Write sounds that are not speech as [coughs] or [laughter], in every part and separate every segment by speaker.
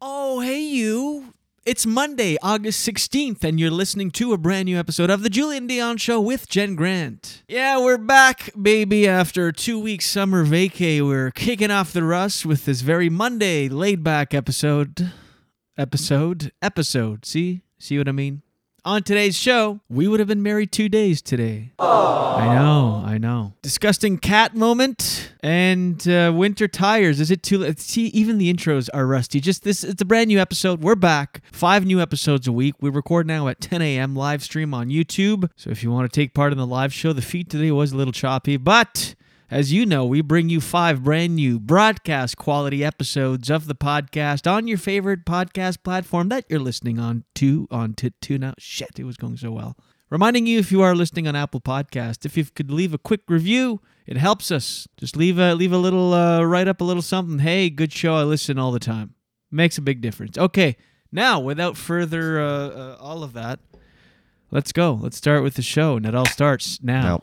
Speaker 1: Oh, hey, you. It's Monday, August 16th, and you're listening to a brand new episode of The Julian Dion Show with Jen Grant. Yeah, we're back, baby, after a two week summer vacay. We're kicking off the rust with this very Monday laid back episode. Episode. Episode. See? See what I mean? On today's show, we would have been married two days today. I know, I know. Disgusting cat moment and uh, winter tires. Is it too late? See, even the intros are rusty. Just this, it's a brand new episode. We're back. Five new episodes a week. We record now at 10 a.m. live stream on YouTube. So if you want to take part in the live show, the feed today was a little choppy, but. As you know, we bring you five brand new broadcast quality episodes of the podcast on your favorite podcast platform that you're listening on to on to, to now. Shit, it was going so well. Reminding you if you are listening on Apple Podcast, if you could leave a quick review, it helps us. Just leave a leave a little uh, write up a little something. Hey, good show. I listen all the time. Makes a big difference. Okay, now without further uh, uh, all of that, let's go. Let's start with the show, and it all starts now.
Speaker 2: Now,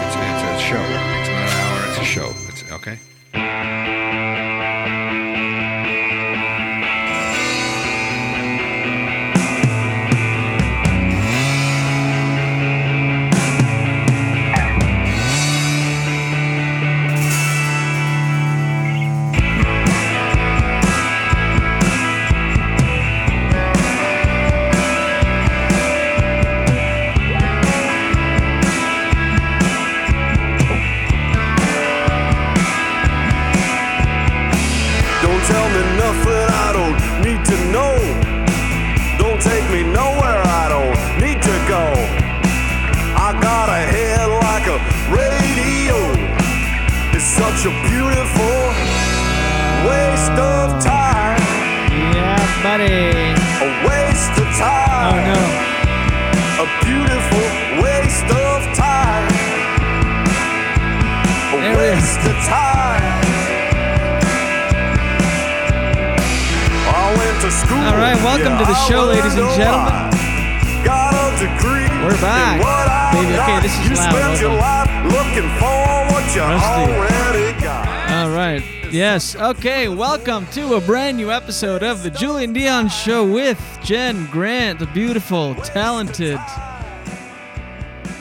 Speaker 3: It's, it's a show. It's not an hour. It's a show. It's okay.
Speaker 4: Don't tell me nothing I don't need to know. Don't take me nowhere I don't need to go. I got a head like a radio. It's such a beautiful waste of time.
Speaker 1: Yeah, buddy.
Speaker 4: A waste of time.
Speaker 1: Oh no.
Speaker 4: A beautiful waste of time. A
Speaker 1: There it is.
Speaker 4: waste of time. I went to school.
Speaker 1: All right, welcome to the
Speaker 4: I
Speaker 1: show, ladies and
Speaker 4: learned a
Speaker 1: gentlemen.
Speaker 4: lot. Got a degree.
Speaker 1: We're back.
Speaker 4: in what I
Speaker 1: Baby, okay,
Speaker 4: got.
Speaker 1: this is
Speaker 4: you
Speaker 1: loud,
Speaker 4: spent your
Speaker 1: hold
Speaker 4: life looking for what you
Speaker 1: Rusty.
Speaker 4: already got.
Speaker 1: All right. Yes. Okay. Welcome to a brand new episode of the Julian Dion Show with Jen Grant, the beautiful, talented,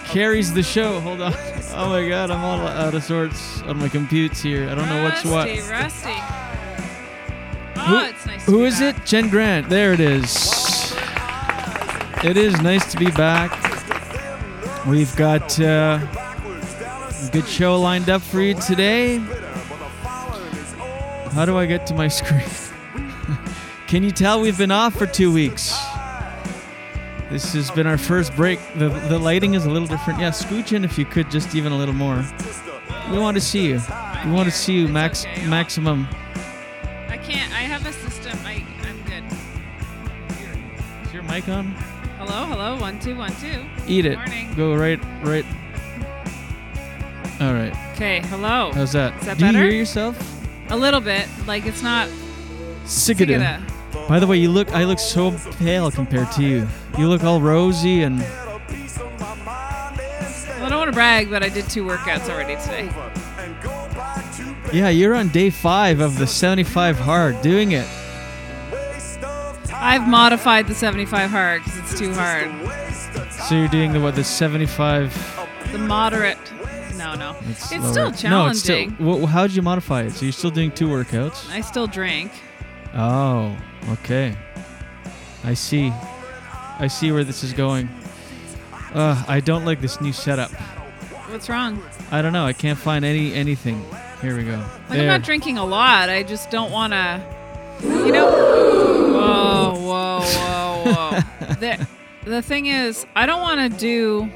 Speaker 1: carries the show. Hold on. [laughs] Oh my God, I'm all out of sorts on my computes here. I don't know what's what.
Speaker 5: Rusty, Rusty. Oh,
Speaker 1: Who-
Speaker 5: it's nice. to
Speaker 1: Who
Speaker 5: be
Speaker 1: is it?
Speaker 5: back.
Speaker 1: Jen Grant. There it is. It is nice to be back. We've got uh, a good show lined up for you today. How do I get to my screen? [laughs] Can you tell we've been off for two weeks? This has been our first break. The, the lighting is a little different. Yeah, scooch in if you could just even a little more. We want to see you. We want to see you max maximum.
Speaker 5: I can't. I have a system. I, I'm good.
Speaker 1: Is your mic on?
Speaker 5: Hello, hello. One, two, one, two.
Speaker 1: Eat it.
Speaker 5: Morning.
Speaker 1: Go right, right. All right.
Speaker 5: Okay, hello.
Speaker 1: How's that?
Speaker 5: Is that
Speaker 1: Do
Speaker 5: better?
Speaker 1: you hear yourself?
Speaker 5: A little bit. Like it's not.
Speaker 1: Sigida. By the way, you look. I look so pale compared to you. You look all rosy and.
Speaker 5: Well, I don't want to brag, but I did two workouts already today.
Speaker 1: Yeah, you're on day five of the 75 hard, doing it.
Speaker 5: I've modified the 75 hard because it's too hard.
Speaker 1: So you're doing the what? The 75.
Speaker 5: The moderate. No, no.
Speaker 1: It's,
Speaker 5: It's,
Speaker 1: lower.
Speaker 5: still
Speaker 1: No, it's still.
Speaker 5: challenging.
Speaker 1: wha- how did you modify it? So you're still doing two workouts.
Speaker 5: I still drink.
Speaker 1: Oh, okay. I see. I see where this is going. Uh, I don't like this new setup.
Speaker 5: What's wrong?
Speaker 1: I don't know. I can't find any anything. Here we go.
Speaker 5: Like I'm not drinking a lot. I just don't want to. You know. Whoa, whoa, whoa,
Speaker 1: [laughs]
Speaker 5: whoa. the, the thing is, I don't want to do.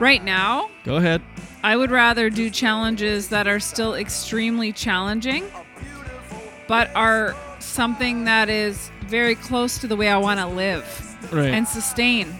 Speaker 5: Right now,
Speaker 1: Go ahead.
Speaker 5: I would rather do challenges that are still extremely challenging, but are something that is very close to the way I want to live
Speaker 1: Right.
Speaker 5: and sustain.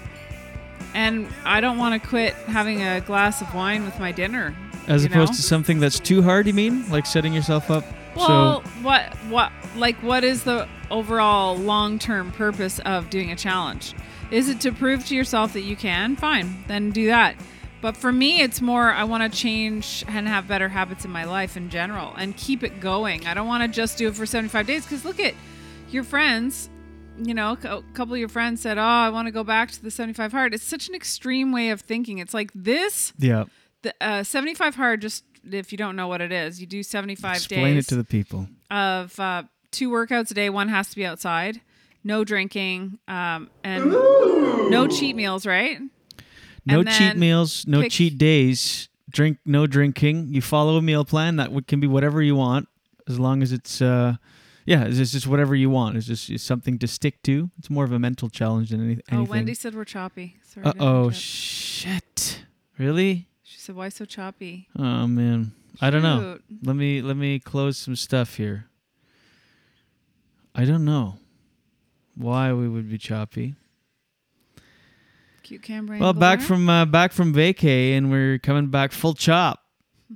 Speaker 5: And I don't want to quit having a glass of wine with my dinner.
Speaker 1: As
Speaker 5: you
Speaker 1: opposed
Speaker 5: know?
Speaker 1: to something that's too hard, you mean? Like setting yourself up.
Speaker 5: Well,
Speaker 1: so
Speaker 5: what what like what is the overall long-term purpose of doing a challenge? Is it to prove to yourself that you can? Fine, then do that. But for me, it's more I want to change and have better habits in my life in general and keep it going. I don't want to just do it for 75 days cuz look at your friends, you know, a couple of your friends said, "Oh, I want to go back to the 75 hard." It's such an extreme way of thinking. It's like this
Speaker 1: yeah.
Speaker 5: the uh, 75 hard just if you don't know what it is you do 75
Speaker 1: Explain
Speaker 5: days
Speaker 1: it to the people.
Speaker 5: of uh, two workouts a day one has to be outside no drinking um, and no cheat meals right Oh,
Speaker 1: No
Speaker 5: And
Speaker 1: cheat
Speaker 5: then
Speaker 1: meals. No
Speaker 5: pick-
Speaker 1: cheat days. Drink. No drinking. You follow a meal plan that w- can be whatever you want, as long as it's. Uh, yeah, it's just, it's whatever you want. It's just it's something to stick to. It's more of a mental challenge than any, anything.
Speaker 5: oh wendy said we're choppy Sorry to
Speaker 1: Uh oh,
Speaker 5: interrupt.
Speaker 1: shit! Really?
Speaker 5: she said why so choppy
Speaker 1: Oh man, I don't know.
Speaker 5: Shoot.
Speaker 1: Let me let me close some stuff here. I don't know why we would be choppy.
Speaker 5: cute camera
Speaker 1: Well,
Speaker 5: angle
Speaker 1: back
Speaker 5: there.
Speaker 1: from uh, back from vacay, and we're coming back full chop.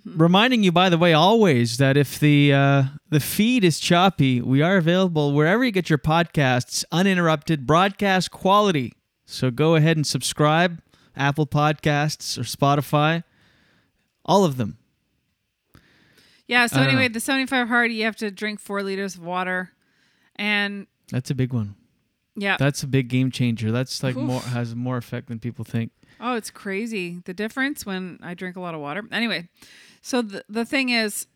Speaker 1: Reminding you, by the way, always that if the uh, the feed is choppy, we are available wherever you get your podcasts, uninterrupted, broadcast quality. So go ahead and subscribe, Apple Podcasts or Spotify, all of them.
Speaker 5: yeah so
Speaker 1: I don't
Speaker 5: anyway
Speaker 1: know.
Speaker 5: the 75 hard you have to drink four liters of water and
Speaker 1: That's a big one.
Speaker 5: yeah
Speaker 1: That's a big game changer. That's like
Speaker 5: Oof.
Speaker 1: more has more effect than people think.
Speaker 5: Oh, it's crazy the difference when I drink a lot of water. Anyway, so the, the thing is,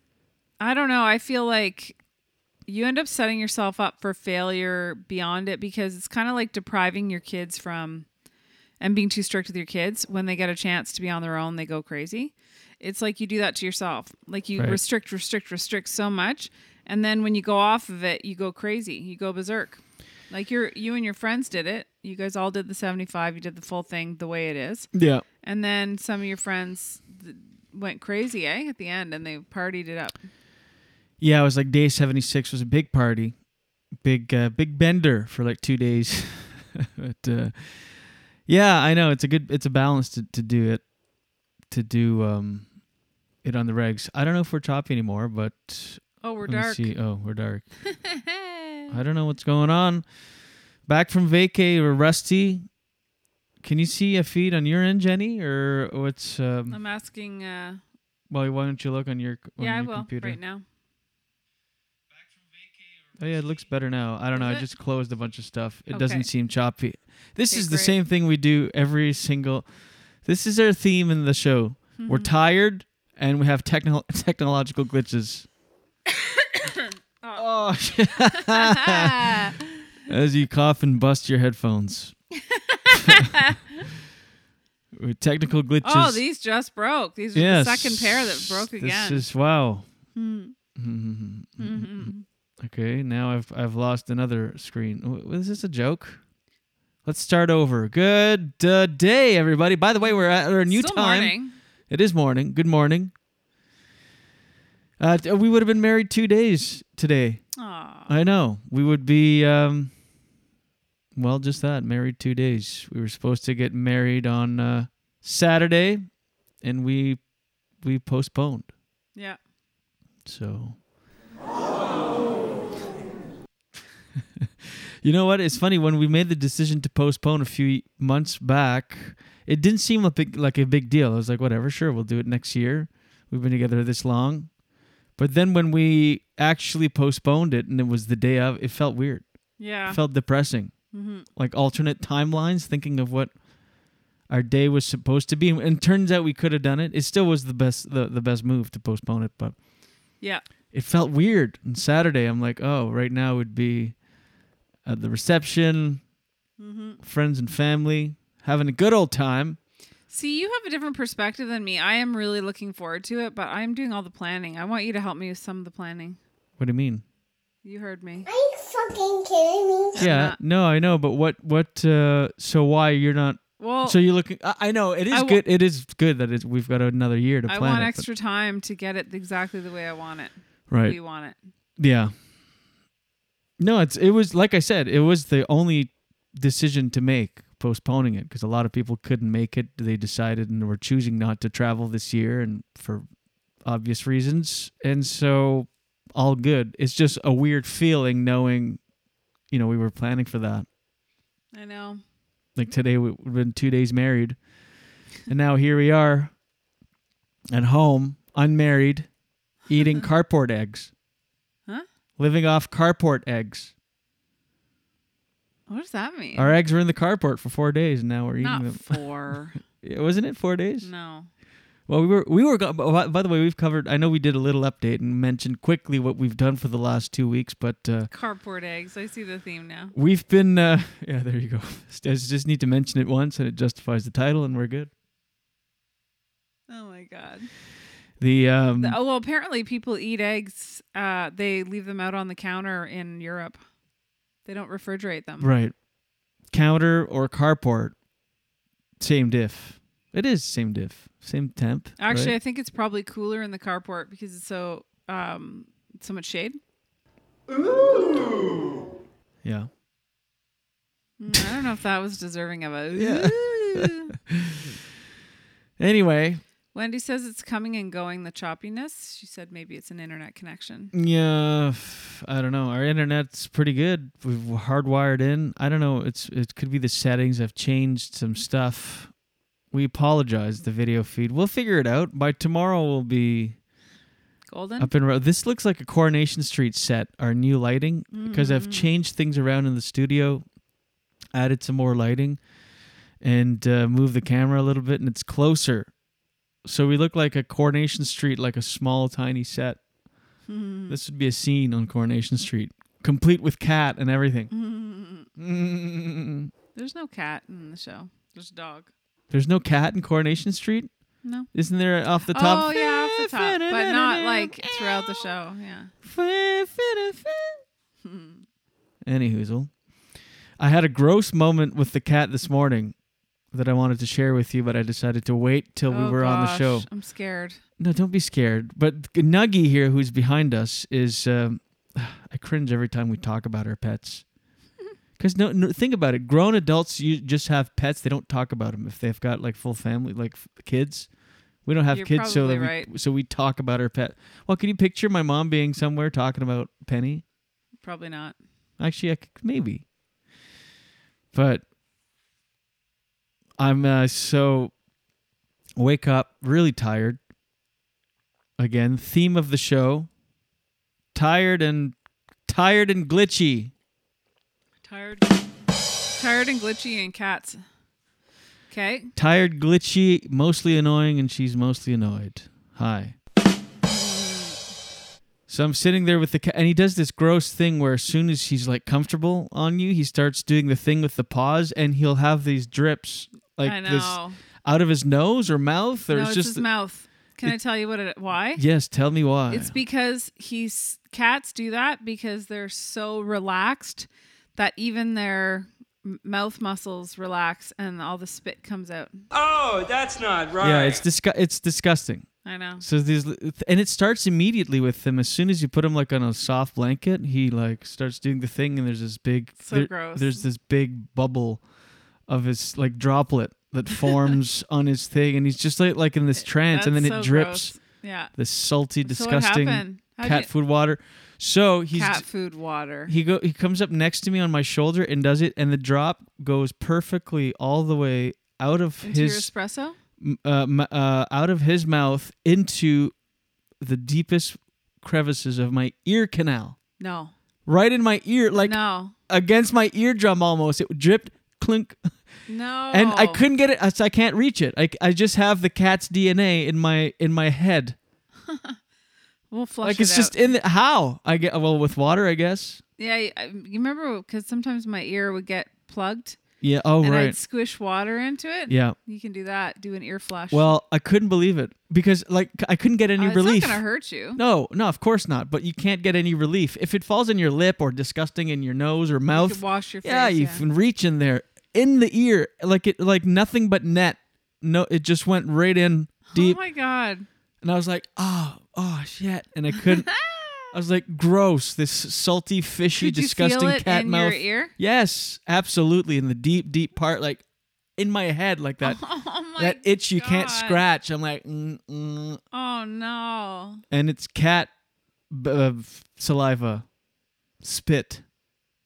Speaker 5: I don't know. I feel like you end up setting yourself up for failure beyond it because it's kind of like depriving your kids from and being too strict with your kids when they get a chance to be on their own, they go crazy. It's like you do that to yourself. Like you
Speaker 6: Right.
Speaker 5: restrict, restrict, restrict so much. And then when you go off of it, you go crazy. You go berserk. Like you're you and your friends did it. You guys all did the 75. You did the full thing the way it is.
Speaker 1: Yeah.
Speaker 5: And then some of your friends th- went crazy, eh, at the end, and they partied it up.
Speaker 1: Yeah, it was like day seventy six was a big party, big uh, big bender for like two days. [laughs] but uh, yeah, I know it's a good it's a balance to, to do it to do um it on the regs. I don't know if we're choppy anymore, but
Speaker 5: Oh, we're
Speaker 1: let me
Speaker 5: dark.
Speaker 1: see. Oh, we're
Speaker 5: [laughs]
Speaker 1: dark. I don't know what's going on. Back from vacay, we're rusty. Can you see a feed on your end, Jenny, or what's? Um,
Speaker 5: I'm asking. Uh,
Speaker 1: well, why don't you look on your on
Speaker 5: yeah, I
Speaker 1: your
Speaker 5: will
Speaker 1: computer?
Speaker 5: right now.
Speaker 1: Oh yeah, it looks better now. I don't know.
Speaker 5: Does
Speaker 1: I
Speaker 5: it?
Speaker 1: just closed a bunch of stuff. It
Speaker 5: Okay.
Speaker 1: doesn't seem choppy. This
Speaker 5: Okay,
Speaker 1: is the
Speaker 5: great.
Speaker 1: same thing we do every single. This is our theme in the show. We're
Speaker 5: Mhm.
Speaker 1: tired and we have techno- [laughs] technological
Speaker 5: [coughs]
Speaker 1: glitches. oh.
Speaker 5: [laughs]
Speaker 1: As you cough and bust your
Speaker 5: [laughs]
Speaker 1: headphones. [laughs] With technical glitches.
Speaker 5: oh, these just broke. These are
Speaker 1: Yes.
Speaker 5: the second pair that broke again.
Speaker 1: This is wow.
Speaker 5: Hmm.
Speaker 1: Mhm.
Speaker 5: Mhm.
Speaker 1: [laughs] Okay, now I've I've lost another screen. W- Was this a joke? Let's start over. Good uh, day, everybody. By the way, we're at our new
Speaker 5: Still
Speaker 1: time.
Speaker 5: morning.
Speaker 1: It is morning. Good morning. Uh, t- we would have been married two days today.
Speaker 5: Aw.
Speaker 1: I know. We would be, um, well, just that, married two days. We were supposed to get married on uh, Saturday, and we we postponed.
Speaker 5: Yeah.
Speaker 1: So. [laughs] you know what? It's funny when we made the decision to postpone a few months back. It didn't seem a big, like a big deal. I was like, whatever, sure, we'll do it next year. We've been together this long. But then when we actually postponed it, and it was the day of, it felt weird.
Speaker 5: Yeah.
Speaker 1: It felt depressing.
Speaker 5: Mhm.
Speaker 1: Like alternate timelines, thinking of what our day was supposed to be, and turns out we could have done it. It still was the best, the, the best move to postpone it, but
Speaker 5: Yeah.
Speaker 1: it felt weird. And Saturday, I'm like, oh, right now would be at the reception,
Speaker 5: Mhm.
Speaker 1: friends and family, having a good old time.
Speaker 5: See, you have a different perspective than me. I am really looking forward to it, but I'm doing all the planning. I want you to help me with some of the planning.
Speaker 1: What do you mean?
Speaker 5: You heard me.
Speaker 7: Are you fucking kidding me?
Speaker 1: Yeah, no, I know, but what, what? Uh, so why you're not?
Speaker 5: Well-
Speaker 1: so you're looking. I, I know it is
Speaker 5: Oh. I wa-
Speaker 1: good. It is good that it's, we've got another year to
Speaker 5: I
Speaker 1: plan.
Speaker 5: want
Speaker 1: it, but-
Speaker 5: extra time to get it exactly the way I want it.
Speaker 1: Right.
Speaker 5: We want it.
Speaker 1: Yeah. No, it's it was like I said, it was the only decision to make postponing it because a lot of people couldn't make it. They decided and were choosing not to travel this year and for obvious reasons. And so all good. It's just a weird feeling knowing you know we were planning for that.
Speaker 5: I know.
Speaker 1: Like today we- we've been 2 days married. And now here we are at home unmarried
Speaker 5: [laughs]
Speaker 1: eating cardboard eggs
Speaker 5: Huh?
Speaker 1: living off carport eggs.
Speaker 5: What does that mean?
Speaker 1: Our eggs were in the carport for four days, and now we're eating
Speaker 5: Not
Speaker 1: them. [laughs]
Speaker 5: four.
Speaker 1: Yeah, Wasn't it four days?
Speaker 5: No.
Speaker 1: Well, we were we were. go- oh, By, by the way, we've covered. I know we did a little update and mentioned quickly what we've done for the last two weeks, but uh,
Speaker 5: Cardboard eggs. I see the theme now.
Speaker 1: we've been. Uh, [laughs] yeah, there you go. I just need to mention it once, and it justifies the title, and we're good.
Speaker 5: Oh my god.
Speaker 1: The um,
Speaker 5: The- oh well, apparently people eat eggs. Uh, they leave them out on the counter in Europe. They don't refrigerate them.
Speaker 1: right counter or carport, same diff. It is same diff, same temp.
Speaker 5: Actually,
Speaker 1: right?
Speaker 5: I think it's probably cooler in the carport because it's so um so much shade.
Speaker 1: yeah.
Speaker 5: Mm, I don't know if that was deserving of
Speaker 1: [laughs]
Speaker 5: a.
Speaker 1: Anyway,
Speaker 5: Wendy says it's coming and going. The choppiness. She said maybe it's an internet connection.
Speaker 1: Yeah, f- I don't know. Our internet's pretty good. We've hardwired in. I don't know. It's it could be the settings. I've changed some stuff. We apologize. The video feed. We'll figure it out by tomorrow. We'll be
Speaker 5: Golden.
Speaker 1: up and row. This looks like a Coronation Street set. Our new lighting because
Speaker 5: Mm.
Speaker 1: I've changed things around in the studio, added some more lighting, and uh, moved the camera a little bit, and it's closer. So we look like a Coronation Street, like a small, tiny set.
Speaker 5: Hmm.
Speaker 1: This would be a scene on Coronation Street, complete with cat and everything.
Speaker 5: Hmm.
Speaker 1: Mm.
Speaker 5: There's no cat in the show. There's a dog.
Speaker 1: There's no cat in Coronation Street.
Speaker 5: No.
Speaker 1: Isn't there off the top?
Speaker 5: Oh yeah, off the top, but not like throughout the show. Yeah.
Speaker 1: [laughs] Anyhoozle. I had a gross moment with the cat this morning that I wanted to share with you, but I decided to wait till we
Speaker 5: Oh,
Speaker 1: were on the
Speaker 5: gosh,
Speaker 1: show.
Speaker 5: I'm scared.
Speaker 1: No, don't be scared. But Nuggy here, who's behind us, is um, [sighs] I cringe every time we talk about our
Speaker 5: [laughs]
Speaker 1: pets. Because no, no, think about it. Grown adults, you just have pets. They don't talk about them if they've got like full family, like f- kids. We don't have
Speaker 5: You're
Speaker 1: kids, so
Speaker 5: probably
Speaker 1: that we,
Speaker 5: right.
Speaker 1: so we talk about our pet. Well, can you picture my mom being somewhere talking about Penny?
Speaker 5: Probably not.
Speaker 1: Actually, I c maybe. But I'm uh, so wake up really tired. Again, theme of the show: tired and tired and glitchy.
Speaker 5: Tired. Tired and glitchy and cats. Okay.
Speaker 1: Tired, glitchy, mostly annoying, and she's mostly annoyed. Hi. So I'm sitting there with the cat, and he does this gross thing where as soon as he's like comfortable on you, he starts doing the thing with the paws, and he'll have these drips like
Speaker 5: I
Speaker 1: this
Speaker 5: know.
Speaker 1: out of his nose or mouth, or
Speaker 5: no,
Speaker 1: it's
Speaker 5: it's
Speaker 1: just
Speaker 5: his mouth. Can I
Speaker 1: it-
Speaker 5: tell you what it why?
Speaker 1: Yes, tell me why.
Speaker 5: It's because he's cats do that because they're so relaxed that even their m- mouth muscles relax and all the spit comes out.
Speaker 8: Oh, that's not right.
Speaker 1: yeah, it's disgu- it's disgusting.
Speaker 5: I know.
Speaker 1: So these, and it starts immediately with him. As soon as you put him like on a soft blanket, he like starts doing the thing, and there's this big,
Speaker 5: So gross.
Speaker 1: there's this big bubble of his like droplet that
Speaker 5: [laughs]
Speaker 1: forms on his thing, and he's just like like in this trance, and then
Speaker 5: Eh, That's
Speaker 1: it
Speaker 5: so
Speaker 1: drips.
Speaker 5: gross. Yeah.
Speaker 1: This salty,
Speaker 5: So what
Speaker 1: disgusting
Speaker 5: happened? How'd
Speaker 1: cat
Speaker 5: you-
Speaker 1: food water. So he's
Speaker 5: Cat food water.
Speaker 1: He go he comes up next to me on my shoulder and does it, and the drop goes perfectly all the way out of
Speaker 5: Into your
Speaker 1: his
Speaker 5: espresso?
Speaker 1: m- uh, m- uh, out of his mouth into the deepest crevices of my ear canal.
Speaker 5: No.
Speaker 1: Right in my ear, like
Speaker 5: No.
Speaker 1: against my eardrum almost. It dripped, clink.
Speaker 5: No.
Speaker 1: And I couldn't get it. I, s- I can't reach it. I, I just have the cat's DNA in my in my head.
Speaker 5: We'll flush
Speaker 1: like
Speaker 5: it
Speaker 1: it's just
Speaker 5: out.
Speaker 1: in the, how I get well with water, I guess.
Speaker 5: Yeah, I- I- you remember because sometimes my ear would get plugged.
Speaker 1: Yeah, oh,
Speaker 5: and
Speaker 1: right.
Speaker 5: I'd squish water into it.
Speaker 1: Yeah.
Speaker 5: You can do that. Do an ear flush.
Speaker 1: Well, I couldn't believe it because like I couldn't get any
Speaker 5: Uh, it's not
Speaker 1: relief.
Speaker 5: gonna hurt you.
Speaker 1: No, no, of course not. But you can't get any relief if it falls in your lip or disgusting in your nose or mouth.
Speaker 5: could wash your
Speaker 1: Yeah,
Speaker 5: face,
Speaker 1: you
Speaker 5: yeah.
Speaker 1: can reach in there in the ear like it like nothing but net. No, it just went right in
Speaker 5: oh
Speaker 1: deep,
Speaker 5: my god.
Speaker 1: and I was like, oh, oh shit, and I couldn't. I was like, gross! This salty, fishy,
Speaker 5: Could you feel
Speaker 1: disgusting
Speaker 5: it
Speaker 1: cat
Speaker 5: in your
Speaker 1: mouth.
Speaker 5: ear?
Speaker 1: Yes, absolutely, in the deep, deep part, like in my head, like that.
Speaker 5: [laughs] Oh my
Speaker 1: that itch you can't
Speaker 5: God.
Speaker 1: scratch. I'm like, mm, mm,
Speaker 5: Oh no.
Speaker 1: and it's cat b- uh, f- saliva, spit,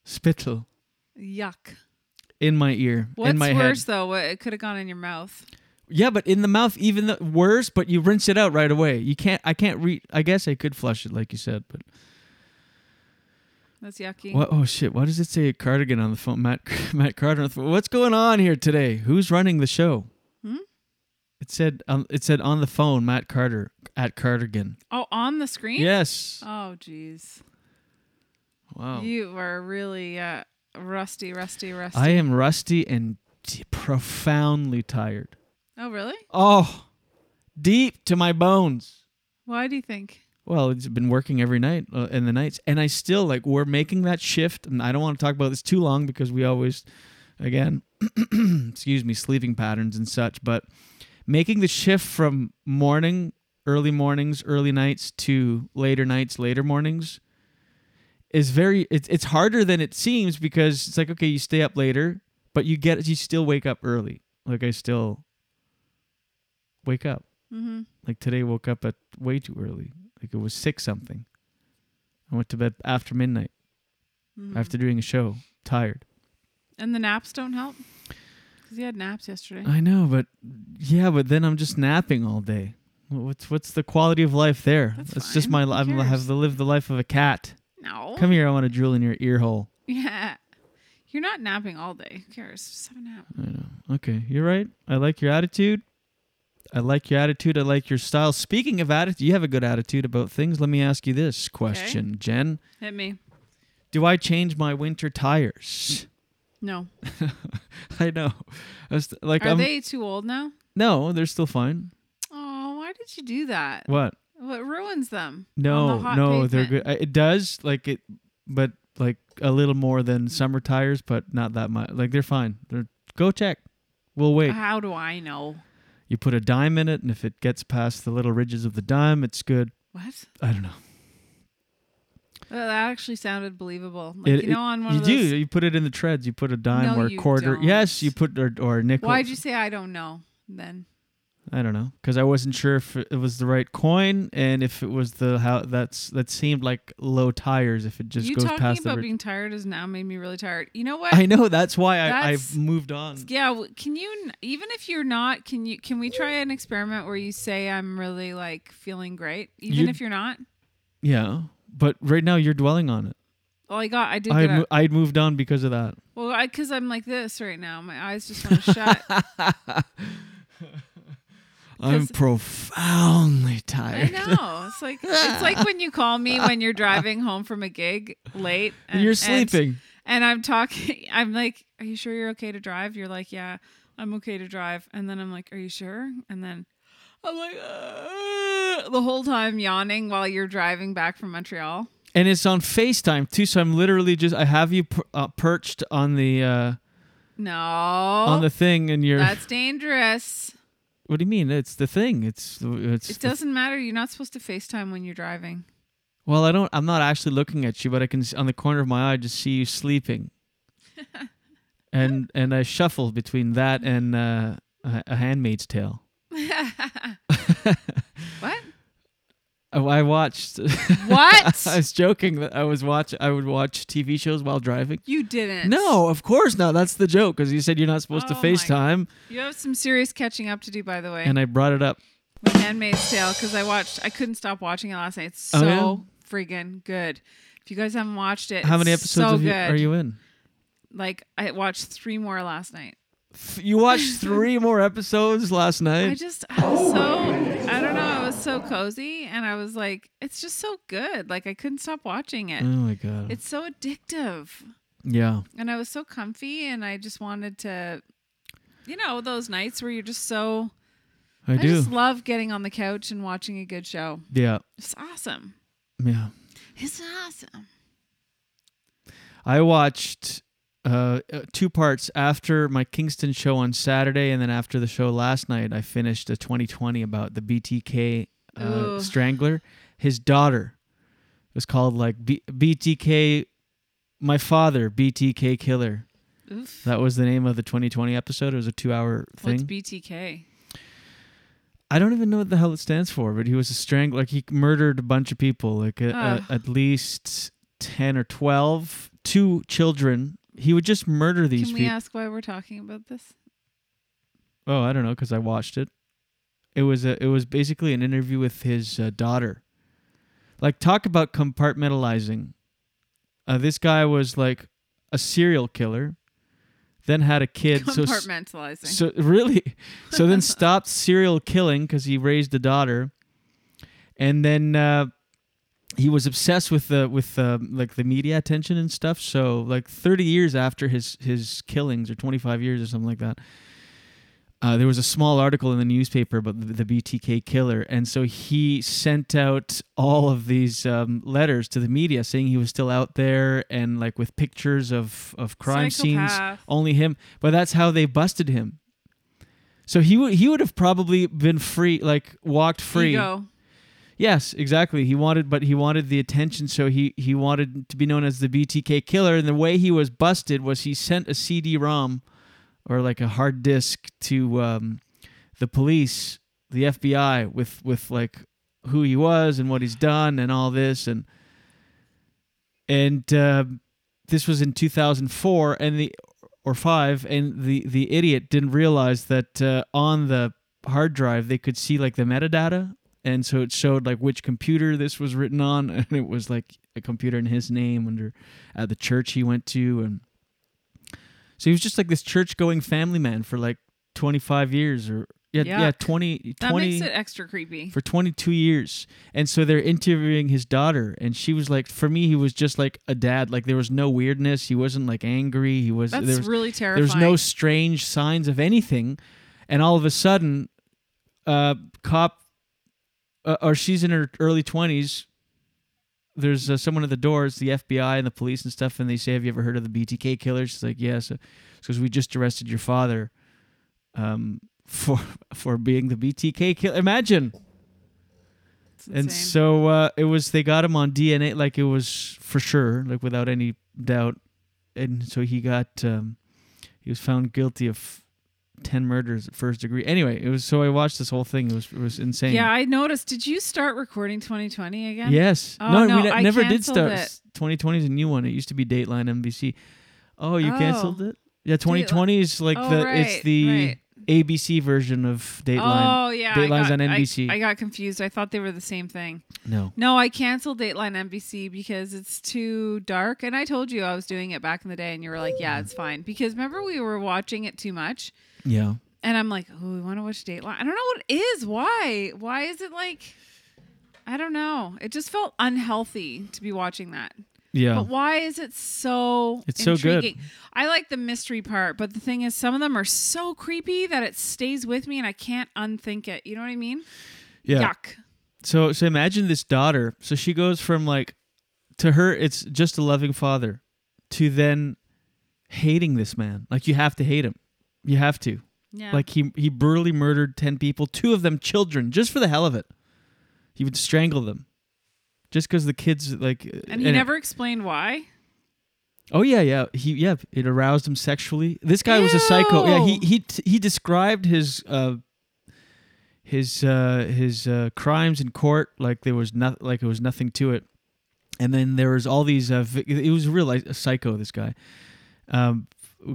Speaker 1: spittle
Speaker 5: Yuck.
Speaker 1: in my ear,
Speaker 5: What's
Speaker 1: in my
Speaker 5: worse
Speaker 1: head.
Speaker 5: though? What, it could have gone in your mouth.
Speaker 1: Yeah, but in the mouth, even the, worse. But you rinse it out right away. You can't. I can't re. I guess I could flush it, like you said. But
Speaker 5: That's yucky.
Speaker 1: what? Oh shit! Why does it say cardigan on the phone, Matt? [laughs] Matt Carter. on the phone. What's going on here today? Who's running the show?
Speaker 5: Hmm?
Speaker 1: It said. Um, it said on the phone, Matt Carter at cardigan.
Speaker 5: Oh, on the screen?
Speaker 1: Yes.
Speaker 5: Oh jeez.
Speaker 1: Wow.
Speaker 5: You are really uh, rusty, rusty, rusty.
Speaker 1: I am rusty and d- profoundly tired.
Speaker 5: Oh really?
Speaker 1: Oh, deep to my bones.
Speaker 5: Why do you think?
Speaker 1: Well, it's been working every night uh, in the nights, and I still like we're making that shift. And I don't want to talk about this too long because we always, again, [clears throat] excuse me, sleeping patterns and such. But making the shift from morning, early mornings, early nights to later nights, later mornings is very. It's it's harder than it seems because it's like okay, you stay up later, but you get you still wake up early. Like I still wake up.
Speaker 5: Mhm.
Speaker 1: Like today, woke up at way too early. Like it was six something. I went to bed after midnight
Speaker 5: Mhm.
Speaker 1: after doing a show, tired.
Speaker 5: And the naps don't help. Because you had naps yesterday.
Speaker 1: I know, but yeah, but then I'm just napping all day. Wh- What's what's the quality of life there? That's it's just my life. I have to live the life of a cat.
Speaker 5: No.
Speaker 1: Come here, I want to drill in your ear hole.
Speaker 5: [laughs] Yeah. You're not napping all day. Who cares? Just have a nap.
Speaker 1: I know. Okay, you're right. I like your attitude. I like your attitude. I like your style. Speaking of attitude, you have a good attitude about things. Let me ask you this question, Jen.
Speaker 5: Hit me.
Speaker 1: Do I change my winter tires?
Speaker 5: No.
Speaker 1: [laughs] I know. I was like um,
Speaker 5: Are
Speaker 1: I'm,
Speaker 5: they too old now?
Speaker 1: No, they're still fine.
Speaker 5: Oh, why did you do that?
Speaker 1: What?
Speaker 5: What ruins them? on the
Speaker 1: No,
Speaker 5: hot
Speaker 1: no, they're
Speaker 5: pavement?
Speaker 1: good. I, it does like it, but like a little more than summer tires, but not that much. Like they're fine. They're go check. We'll wait.
Speaker 5: How do I know?
Speaker 1: You put a dime in it, and if it gets past the little ridges of the dime, it's good.
Speaker 5: What?
Speaker 1: I don't know.
Speaker 5: Well, that actually sounded believable. Like
Speaker 1: It-
Speaker 5: you know,
Speaker 1: it-
Speaker 5: on one
Speaker 1: you
Speaker 5: of
Speaker 1: do.
Speaker 5: those.
Speaker 1: You put it in the treads. You put a dime
Speaker 5: No,
Speaker 1: or a
Speaker 5: you
Speaker 1: quarter.
Speaker 5: don't.
Speaker 1: Yes, you put or, or a nickel.
Speaker 5: Why'd you say I don't know? Then
Speaker 1: I don't know because I wasn't sure if it was the right coin and if it was the how that's that seemed like low tires if it just
Speaker 5: you
Speaker 1: goes
Speaker 5: talking
Speaker 1: past
Speaker 5: about
Speaker 1: the. ri-
Speaker 5: being tired has now made me really tired. You know
Speaker 1: [laughs]
Speaker 5: what?
Speaker 1: I know that's why I,
Speaker 5: That's-
Speaker 1: I've moved on.
Speaker 5: Mm. Yeah, w- can you n- even if you're not, can you can we try an experiment where you say I'm really like feeling great even
Speaker 1: You-
Speaker 5: if you're not?
Speaker 1: Yeah, but right now you're dwelling on it.
Speaker 5: Well, Oh, I got I did
Speaker 1: I
Speaker 5: get
Speaker 1: mo-
Speaker 5: a,
Speaker 1: I'd moved on because of that.
Speaker 5: well, I cuz I'm like this right now. My eyes just want
Speaker 1: [laughs]
Speaker 5: to shut.
Speaker 1: I'm profoundly
Speaker 5: I
Speaker 1: tired.
Speaker 5: know. It's like it's like when you call me when you're driving home from a gig
Speaker 1: [laughs]
Speaker 5: late
Speaker 1: And [laughs] you're sleeping.
Speaker 5: And, I'm talking [laughs] I'm like, "Are you sure you're okay to drive?" You're like, "Yeah, I'm okay to drive." And then I'm like, "Are you sure?" And then I'm like "Uh," the whole time yawning while you're driving back from Montreal.
Speaker 1: and it's on FaceTime too, so I'm literally just I have you per- uh, perched on the uh,
Speaker 5: No. Oh,
Speaker 1: on the thing, and you're
Speaker 5: That's dangerous.
Speaker 1: What do you mean? It's the thing. It's it's.
Speaker 5: It doesn't matter. You're not supposed to FaceTime when you're driving.
Speaker 1: Well, I don't. I'm not actually looking at you, but I can s- on the corner of my eye just see you
Speaker 5: [laughs]
Speaker 1: sleeping. and and I shuffle between that and uh, a a Handmaid's Tale.
Speaker 5: What?
Speaker 1: I, I watched. [laughs]
Speaker 5: What?
Speaker 1: I was joking that I was watch. I would watch TV shows while driving.
Speaker 5: You didn't.
Speaker 1: No, of course not. That's the joke because you said you're not supposed
Speaker 5: Oh
Speaker 1: to
Speaker 5: my-
Speaker 1: FaceTime,
Speaker 5: You have some serious catching up to do, by the way.
Speaker 1: and I brought it up.
Speaker 5: with Handmaid's Tale because I watched. I couldn't stop watching it last night. It's
Speaker 1: Oh,
Speaker 5: so
Speaker 1: yeah?
Speaker 5: friggin' good. If you guys haven't watched it,
Speaker 1: How
Speaker 5: it's
Speaker 1: many episodes
Speaker 5: so
Speaker 1: of you,
Speaker 5: good.
Speaker 1: are you in?
Speaker 5: Like I watched three more last night.
Speaker 1: F- You
Speaker 5: [laughs]
Speaker 1: watched three more episodes last night.
Speaker 5: I just I was so I don't know. I was so cozy, and I was like, it's just so good. Like I couldn't stop watching it.
Speaker 1: Oh my God.
Speaker 5: It's so addictive,
Speaker 1: yeah.
Speaker 5: and I was so comfy, and I just wanted to, you know, those nights where you're just so.
Speaker 1: I do.
Speaker 5: just love getting on the couch and watching a good show.
Speaker 1: Yeah.
Speaker 5: It's awesome.
Speaker 1: Yeah.
Speaker 5: It's awesome.
Speaker 1: I watched uh, uh, two parts after my Kingston show on Saturday, and then after the show last night, I finished a 2020 about the BTK uh,
Speaker 5: Ooh.
Speaker 1: strangler. His daughter it was called like B- BTK, my father, BTK killer.
Speaker 5: Oof.
Speaker 1: That was the name of the 2020 episode. It was a two-hour thing.
Speaker 5: What's BTK?
Speaker 1: I don't even know what the hell it stands for, but he was a strangler. Like he murdered a bunch of people, like a,
Speaker 5: Ugh.
Speaker 1: a, at least ten or twelve, two children. He would just murder these
Speaker 5: Can we
Speaker 1: people.
Speaker 5: ask why we're talking about this?
Speaker 1: oh, I don't know, because I watched it. It was a, it was basically an interview with his uh, daughter. Like talk about compartmentalizing. Uh, this guy was like a serial killer, then had a kid. so s-
Speaker 5: Compartmentalizing.
Speaker 1: So, really, so then stopped serial killing because he raised a daughter, and then uh, he was obsessed with the with uh, like the media attention and stuff. So like 30 years after his his killings, or 25 years or something like that. Uh, there was a small article in the newspaper about the, the BTK killer, and so he sent out all of these um, letters to the media saying he was still out there, and like with pictures of of crime scenes,
Speaker 5: Psychopath.
Speaker 1: only him. But that's how they busted him. So he would he would have probably been free, like walked free.
Speaker 5: Ego.
Speaker 1: Yes, exactly. He wanted, but he wanted the attention, so he he wanted to be known as the BTK killer. And the way he was busted was he sent a CD-ROM or like a hard disk to um, the police, the FBI, with with like who he was and what he's done and all this and and uh, this was in 2004 and the or five and the the idiot didn't realize that uh, on the hard drive they could see like the metadata and so it showed like which computer this was written on [laughs] and it was like a computer in his name under at the church he went to and so he was just like this church going family man for like 25 years or yeah yeah
Speaker 5: Yuck.
Speaker 1: 20
Speaker 5: That
Speaker 1: 20
Speaker 5: makes it extra creepy.
Speaker 1: for 22 years. And so they're interviewing his daughter, and she was like, for me, he was just like a dad. Like there was no weirdness. He wasn't like angry. He was.
Speaker 5: That's
Speaker 1: there was,
Speaker 5: really
Speaker 1: There was no
Speaker 5: terrifying.
Speaker 1: strange signs of anything, and all of a sudden, uh, cop, uh, or she's in her early 20s. There's uh, someone at the door. It's the FBI and the police and stuff, and they say, "Have you ever heard of the BTK killer?" She's like, "Yes," because we just arrested your father. Um, [laughs] for for being the BTK killer. Imagine. And so uh, it was. They got him on DNA, like it was for sure, like without any doubt. And so he got, um, he was found guilty of ten murders at first degree. Anyway, it was. So I watched this whole thing. It was it was insane.
Speaker 5: Yeah, I noticed. Did you start recording 2020 again?
Speaker 1: Yes.
Speaker 5: Oh,
Speaker 1: no,
Speaker 5: no,
Speaker 1: we ne-
Speaker 5: I
Speaker 1: never did
Speaker 5: canceled
Speaker 1: start.
Speaker 5: It.
Speaker 1: 2020 is a new one. It used to be Dateline NBC. Oh, you canceled
Speaker 5: Oh.
Speaker 1: it? Yeah, 2020 is like
Speaker 5: Oh,
Speaker 1: the
Speaker 5: right,
Speaker 1: it's the
Speaker 5: right.
Speaker 1: ABC version of Dateline.
Speaker 5: Oh yeah,
Speaker 1: Dateline's
Speaker 5: I got,
Speaker 1: on NBC.
Speaker 5: I, I got confused. I thought they were the same thing.
Speaker 1: No.
Speaker 5: No, I canceled Dateline NBC because it's too dark. And I told you I was doing it back in the day, and you were like, "Yeah, it's fine." Because remember we were watching it too much,
Speaker 1: yeah.
Speaker 5: and I'm like, "Oh, we want to watch Dateline." I don't know what it is. Why? Why is it like? I don't know. It just felt unhealthy to be watching that.
Speaker 1: Yeah.
Speaker 5: But why is it so
Speaker 1: It's so good.
Speaker 5: intriguing? I like the mystery part, but the thing is some of them are so creepy that it stays with me and I can't unthink it. You know what I mean?
Speaker 1: Yeah.
Speaker 5: Yuck.
Speaker 1: So so imagine this daughter. So she goes from like to her it's just a loving father to then hating this man. Like you have to hate him. You have to.
Speaker 5: Yeah.
Speaker 1: Like he he brutally murdered ten people, two of them children, just for the hell of it. He would strangle them, just because the kids like.
Speaker 5: and he never explained why.
Speaker 1: Oh yeah, yeah. He yeah. It aroused him sexually. This guy was a psycho. Yeah. He he t- he described his uh his uh his uh crimes in court like there was not like it was nothing to it. And then there was all these. Uh, vi- it was real like a psycho. This guy. Um,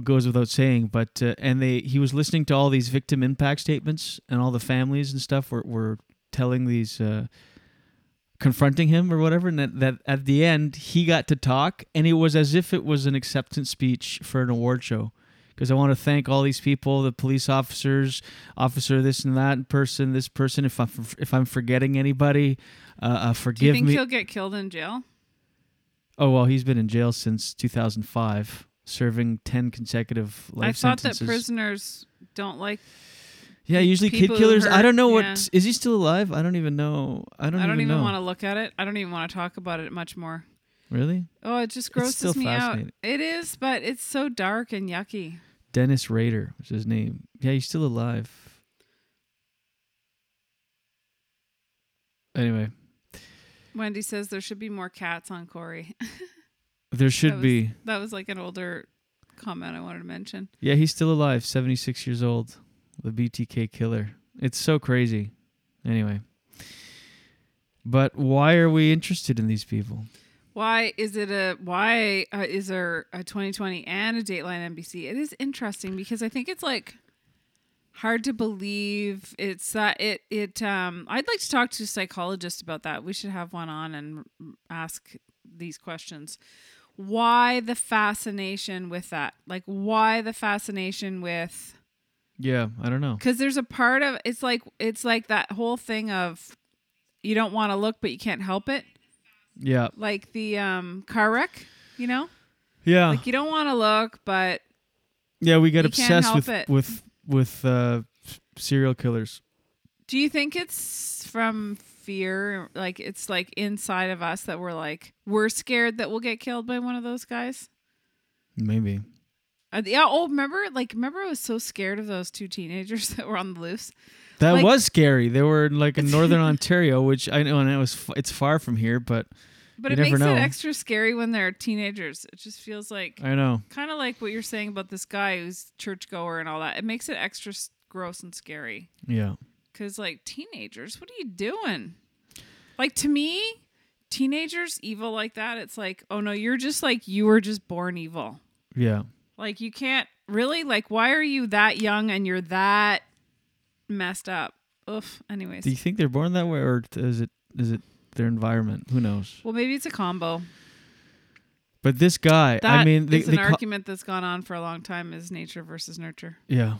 Speaker 1: goes without saying but uh, and they he was listening to all these victim impact statements and all the families and stuff were, were telling these uh confronting him or whatever and that, that at the end he got to talk and it was as if it was an acceptance speech for an award show because i want to thank all these people the police officers officer this and that person this person if i'm if i'm forgetting anybody uh, uh
Speaker 5: Do you
Speaker 1: forgive
Speaker 5: think
Speaker 1: me
Speaker 5: he'll get killed in jail?
Speaker 1: oh well he's been in jail since 2005 serving 10 consecutive life
Speaker 5: I thought
Speaker 1: sentences
Speaker 5: that prisoners don't like.
Speaker 1: yeah usually kid
Speaker 5: people who
Speaker 1: killers i
Speaker 5: hurt-
Speaker 1: don't know what
Speaker 5: yeah.
Speaker 1: is he still alive i don't even know i don't,
Speaker 5: I don't even,
Speaker 1: know
Speaker 5: want to look at it. I don't even want to talk about it much more.
Speaker 1: really
Speaker 5: Oh, it
Speaker 1: It's
Speaker 5: just grosses
Speaker 1: still
Speaker 5: me out.
Speaker 1: fascinating.
Speaker 5: It is, but it's so dark and yucky.
Speaker 1: Dennis Rader was his name. Yeah, he's still alive. Anyway,
Speaker 5: Wendy says there should be more cats on Corey. [laughs]
Speaker 1: there
Speaker 5: That
Speaker 1: should
Speaker 5: was-
Speaker 1: be.
Speaker 5: That was like an older comment I wanted to mention.
Speaker 1: Yeah, he's still alive, 76 years old. The BTK killer. It's so crazy. Anyway. But why are we interested in these people?
Speaker 5: Why is it a why uh, is there a 2020 and a Dateline NBC? It is interesting because I think it's like hard to believe it's that it it um I'd like to talk to a psychologist about that. We should have one on and ask these questions. Why the fascination with that? Like why the fascination with
Speaker 1: Yeah, I don't know.
Speaker 5: because there's a part of it's like it's like that whole thing of you don't want to look but you can't help it
Speaker 1: Yeah.
Speaker 5: like the um car wreck you know
Speaker 1: Yeah.
Speaker 5: like you don't want to look but
Speaker 1: yeah, we got
Speaker 5: you can't
Speaker 1: obsessed
Speaker 5: help
Speaker 1: with
Speaker 5: it.
Speaker 1: with with uh s- serial killers.
Speaker 5: do you think it's from fear like it's like inside of us that we're like we're scared that we'll get killed by one of those guys
Speaker 1: Maybe.
Speaker 5: Uh, yeah oh remember like remember i was so scared of those two teenagers [laughs] that were on the loose
Speaker 1: That
Speaker 5: Like-
Speaker 1: was scary. They were in like in
Speaker 5: [laughs]
Speaker 1: northern Ontario, which I know, and it was f- it's far from here, but you
Speaker 5: but it
Speaker 1: never
Speaker 5: makes
Speaker 1: know.
Speaker 5: it extra scary when they're teenagers it just feels like
Speaker 1: I know.
Speaker 5: kind of like what you're saying about this guy who's churchgoer and all that it makes it extra s- gross and scary
Speaker 1: Yeah.
Speaker 5: Because, like, teenagers, what are you doing? Like, to me, teenagers evil like that, it's like, oh no, you're just like, you were just born evil.
Speaker 1: Yeah.
Speaker 5: Like, you can't really, like, why are you that young and you're that messed up? Oof. Anyways.
Speaker 1: Do you think they're born that way, or t- is it is it their environment? Who knows?
Speaker 5: well, maybe it's a combo.
Speaker 1: But this guy,
Speaker 5: That is
Speaker 1: I mean, they, they
Speaker 5: an
Speaker 1: ca-
Speaker 5: argument that's gone on for a long time is nature versus nurture.
Speaker 1: yeah,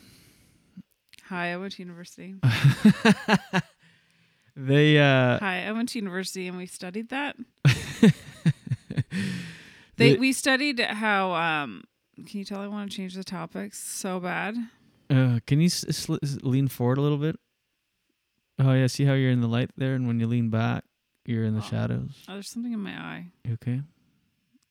Speaker 5: Hi, I went to university.
Speaker 1: they uh,
Speaker 5: Hi, I went to university and we studied that.
Speaker 1: The-
Speaker 5: they we studied how um can you tell I want to change the topics so bad?
Speaker 1: uh, can you s- sl- s- lean forward a little bit? Oh yeah, see how you're in the light there, and when you lean back, you're in the shadows.
Speaker 5: Oh, there's something in my eye.
Speaker 1: Okay.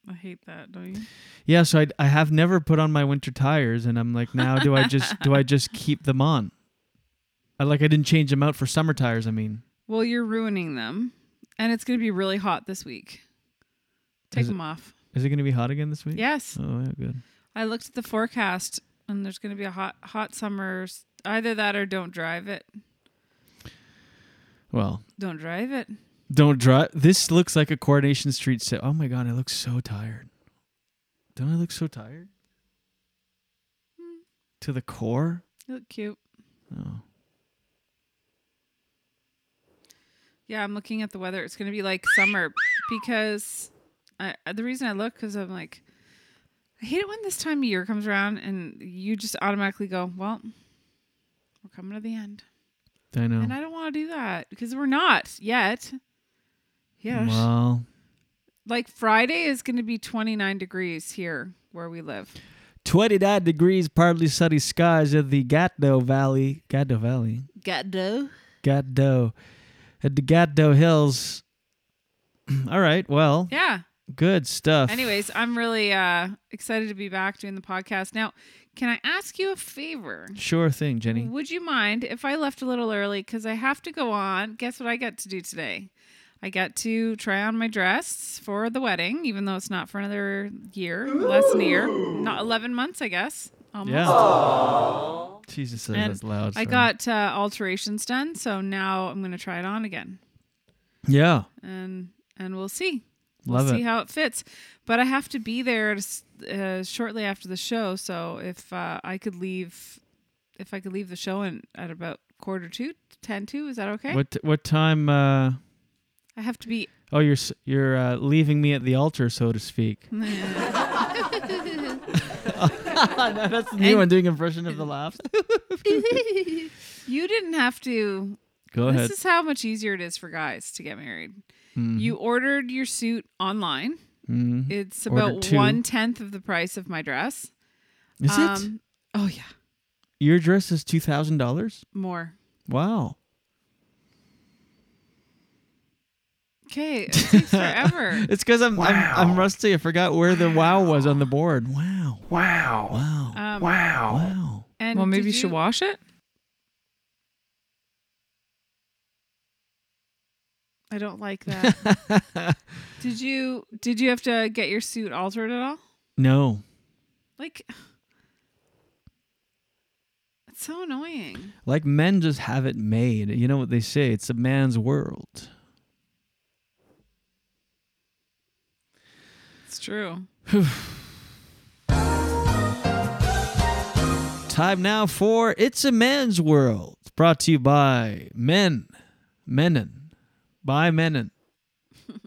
Speaker 5: I hate that, don't you?
Speaker 1: Yeah, so I I have never put on my winter tires, and I'm like, now do I just do I just keep them on? I, like I didn't change them out for summer tires. I mean,
Speaker 5: Well, you're ruining them. And it's going to be really hot this week. Take
Speaker 1: Is it-
Speaker 5: them off.
Speaker 1: is it gonna be hot again this week?
Speaker 5: Yes.
Speaker 1: Oh yeah, good.
Speaker 5: I looked at the forecast and there's going to be a hot hot summer. S- Either that or don't drive it.
Speaker 1: Well,
Speaker 5: Don't drive it.
Speaker 1: Don't drive. This looks like a Coronation Street set. Oh my god, I look so tired. Don't I look so tired? To the core.
Speaker 5: You look cute.
Speaker 1: Oh,
Speaker 5: Yeah, I'm looking at the weather. It's going to be like summer because I, uh, the reason I look because I'm like, I hate it when this time of year comes around and you just automatically go, well, we're coming to the end.
Speaker 1: I know.
Speaker 5: And I don't want to do that because we're not yet. Yes.
Speaker 1: Well,
Speaker 5: Like Friday is going to be 29 degrees here where we live.
Speaker 1: 29 degrees, partly sunny skies of the Gatineau Valley. Gatineau Valley.
Speaker 5: Gado.
Speaker 1: Gatineau. At the Gatineau Hills. [clears throat] All right. Well.
Speaker 5: Yeah.
Speaker 1: Good stuff.
Speaker 5: Anyways, I'm really uh, excited to be back doing the podcast. Now, can I ask you a favor?
Speaker 1: Sure thing, Jenny.
Speaker 5: Would you mind if I left a little early because I have to go on? Guess what I got to do today? I got to try on my dress for the wedding, even though it's not for another year, less than a year, not 11 months, I guess. Almost.
Speaker 1: Yeah. Jesus, that
Speaker 5: And
Speaker 1: was loud.
Speaker 5: I
Speaker 1: sorry.
Speaker 5: got uh, alterations done, so now I'm going to try it on again,
Speaker 1: Yeah.
Speaker 5: and and we'll see.
Speaker 1: Love
Speaker 5: we'll see
Speaker 1: it.
Speaker 5: how it fits. But I have to be there to s- uh, shortly after the show, so if uh, I could leave, if I could leave the show in, at about quarter to ten to, is that okay?
Speaker 1: What what time? Uh,
Speaker 5: I have to be. [laughs]
Speaker 1: oh, you're s- you're uh, leaving me at the altar, so to speak. [laughs]
Speaker 5: That's
Speaker 1: You want doing impression of the laughs?
Speaker 5: you didn't have to.
Speaker 1: [laughs] Go ahead.
Speaker 5: This is how much easier it is for guys to get married.
Speaker 1: Mhm.
Speaker 5: You ordered your suit online.
Speaker 1: Mhm.
Speaker 5: It's
Speaker 1: Ordered
Speaker 5: about
Speaker 1: two.
Speaker 5: one tenth of the price of my dress.
Speaker 1: Is it?
Speaker 5: Oh yeah,
Speaker 1: Your dress is two thousand dollars.
Speaker 5: more.
Speaker 1: Wow.
Speaker 5: Okay,
Speaker 1: [laughs]
Speaker 5: it takes forever.
Speaker 1: It's because I'm, I'm I'm rusty. I forgot where the wow was on the board. Wow. Wow. Wow.
Speaker 5: Um,
Speaker 1: wow. Wow.
Speaker 5: And
Speaker 8: Well, maybe you
Speaker 5: did
Speaker 8: should wash
Speaker 5: it. I don't
Speaker 8: [laughs]
Speaker 5: like that. did you did you have to get your suit altered at all?
Speaker 1: No.
Speaker 5: Like it's so annoying.
Speaker 1: Like men just have it made. You know what they say? It's a man's world.
Speaker 5: It's true.
Speaker 1: Time now for It's a Man's World, brought to you by Men, Menon, by Menon.
Speaker 5: Oh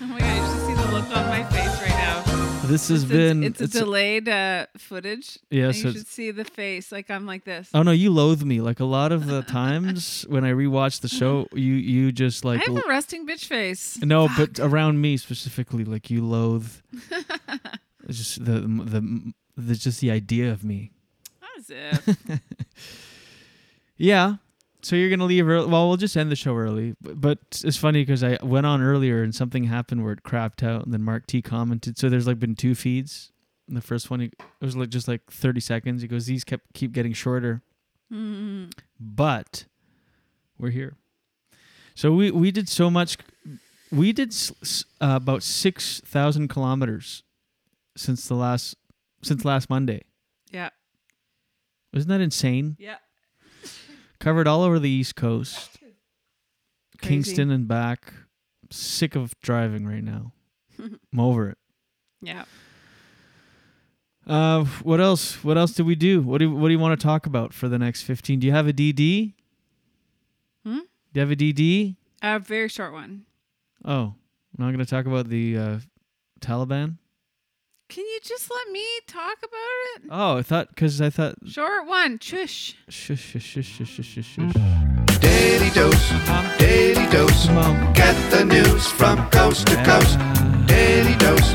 Speaker 5: my god, you should see the look on my face right now.
Speaker 1: This has
Speaker 5: It's a-
Speaker 1: been-
Speaker 5: it's,
Speaker 1: it's a-
Speaker 5: a delayed uh, footage.
Speaker 1: Yes,
Speaker 5: and you
Speaker 1: it's-
Speaker 5: should see the face. Like I'm like this.
Speaker 1: Oh no, you loathe me. Like a lot of the times [laughs] when I rewatch the show, you you just like
Speaker 5: I have
Speaker 1: l-
Speaker 5: a resting bitch
Speaker 1: [laughs]
Speaker 5: face.
Speaker 1: no, but around me specifically, like you
Speaker 5: [laughs]
Speaker 1: loathe it's just the the the just the idea of me. [laughs]
Speaker 5: As if.
Speaker 1: Yeah. So you're gonna leave early. Well, we'll just end the show early. B- But it's funny because I went on earlier and something happened where it crapped out, and then Mark T commented. So there's like been two feeds. And the first one, he- it was like just like 30 seconds. He goes, "These kept keep getting shorter,
Speaker 5: Mm.
Speaker 1: but we're here." So we we did so much. We did s- s- uh, about six thousand kilometers since the last since last Monday.
Speaker 5: Yeah.
Speaker 1: Isn't that insane?
Speaker 5: Yeah.
Speaker 1: Covered all over the East Coast,
Speaker 5: Crazy.
Speaker 1: Kingston and back. Sick of driving right
Speaker 5: [laughs]
Speaker 1: now. I'm over it.
Speaker 5: Yeah.
Speaker 1: Uh, what else? What else did we do? What do you, What do you want to talk about for the next fifteen? Do you have a DD?
Speaker 5: Hmm?
Speaker 1: Do you have a DD?
Speaker 5: A very short one.
Speaker 1: Oh, I'm not gonna talk about the uh, Taliban.
Speaker 5: Can you just let me talk about it?
Speaker 1: Oh, I thought because I thought
Speaker 5: Short one. Shush.
Speaker 1: shush shush shush shush shush shush. shush.
Speaker 3: Daily dose, daily dose. Get the news from coast to coast. Daily dose,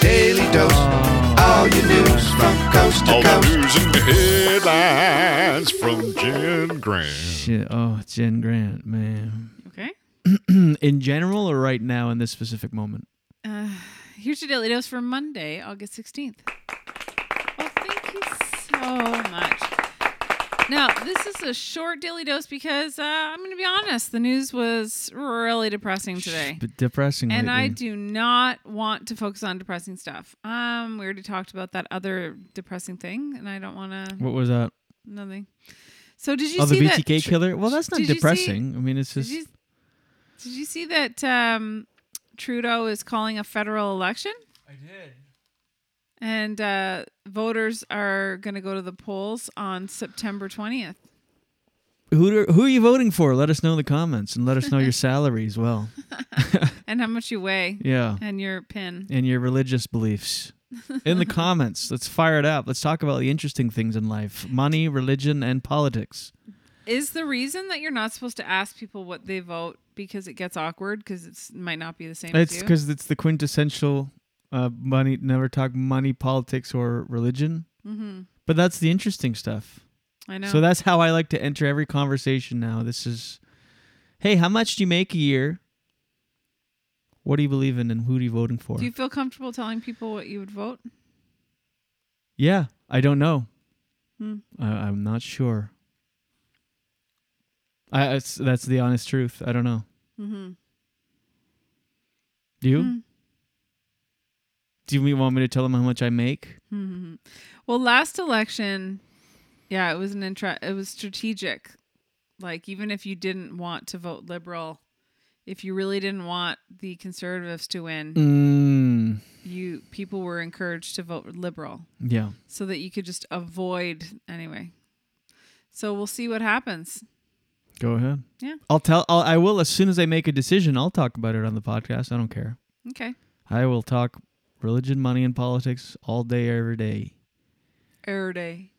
Speaker 3: daily dose. All your news from coast to
Speaker 9: All the
Speaker 3: coast.
Speaker 9: news and headlines from Jen Grant.
Speaker 1: Shit. Oh, Jen Grant, man.
Speaker 5: Okay.
Speaker 1: in general or right now in this specific moment?
Speaker 5: Uh, here's your daily dose for Monday, August 16th. Well, thank you so much. Now, this is a short daily dose because uh, I'm going to be honest, the news was really depressing today.
Speaker 1: But depressing.
Speaker 5: And I
Speaker 1: lately.
Speaker 5: do not want to focus on depressing stuff. Um, we already talked about that other depressing thing, and I don't want to.
Speaker 1: What was that?
Speaker 5: Nothing. So did you
Speaker 1: oh, the
Speaker 5: see that-
Speaker 1: BTK killer. Well, that's not
Speaker 5: Did you see-
Speaker 1: depressing. I mean, it's just
Speaker 5: did you, did you see that um, Trudeau is calling a federal election? I did. And uh, voters are going to go to the polls on September 20th.
Speaker 1: who do- who are you voting for? Let us know in the comments and let us
Speaker 5: [laughs]
Speaker 1: know your salary as well.
Speaker 5: And how much you weigh.
Speaker 1: Yeah.
Speaker 5: And your pin.
Speaker 1: and your religious beliefs.
Speaker 5: [laughs]
Speaker 1: In the comments, let's fire it up. Let's talk about the interesting things in life: money, religion, and politics.
Speaker 5: Is the reason that you're not supposed to ask people what they vote because it gets awkward because it might not be the same as
Speaker 1: It's
Speaker 5: you?
Speaker 1: because it's the quintessential uh, money. Never talk money, politics, or religion.
Speaker 5: Mhm.
Speaker 1: But that's the interesting stuff.
Speaker 5: I know.
Speaker 1: So that's how I like to enter every conversation now. This is, hey, how much do you make a year? What do you believe in and who are you voting for?
Speaker 5: Do you feel comfortable telling people what you would vote?
Speaker 1: yeah, I don't know.
Speaker 5: Hmm.
Speaker 1: I, I'm not sure. I it's, that's the honest truth. I don't know.
Speaker 5: Mm-hmm. Hmm.
Speaker 1: Do you? Do you want me to tell them how much I make?
Speaker 5: hmm Well, last election, yeah, it was an intra- it was strategic. Like even if you didn't want to vote liberal, if you really didn't want the conservatives to win,
Speaker 1: Mm.
Speaker 5: you people were encouraged to vote liberal.
Speaker 1: Yeah.
Speaker 5: So that you could just avoid anyway. So we'll see what happens.
Speaker 1: Go ahead.
Speaker 5: Yeah.
Speaker 1: I'll tell. I'll, I will as soon as I make a decision. I'll talk about it on the podcast. I don't care.
Speaker 5: Okay.
Speaker 1: I will talk religion, money, and politics all day, every day.
Speaker 5: Error day.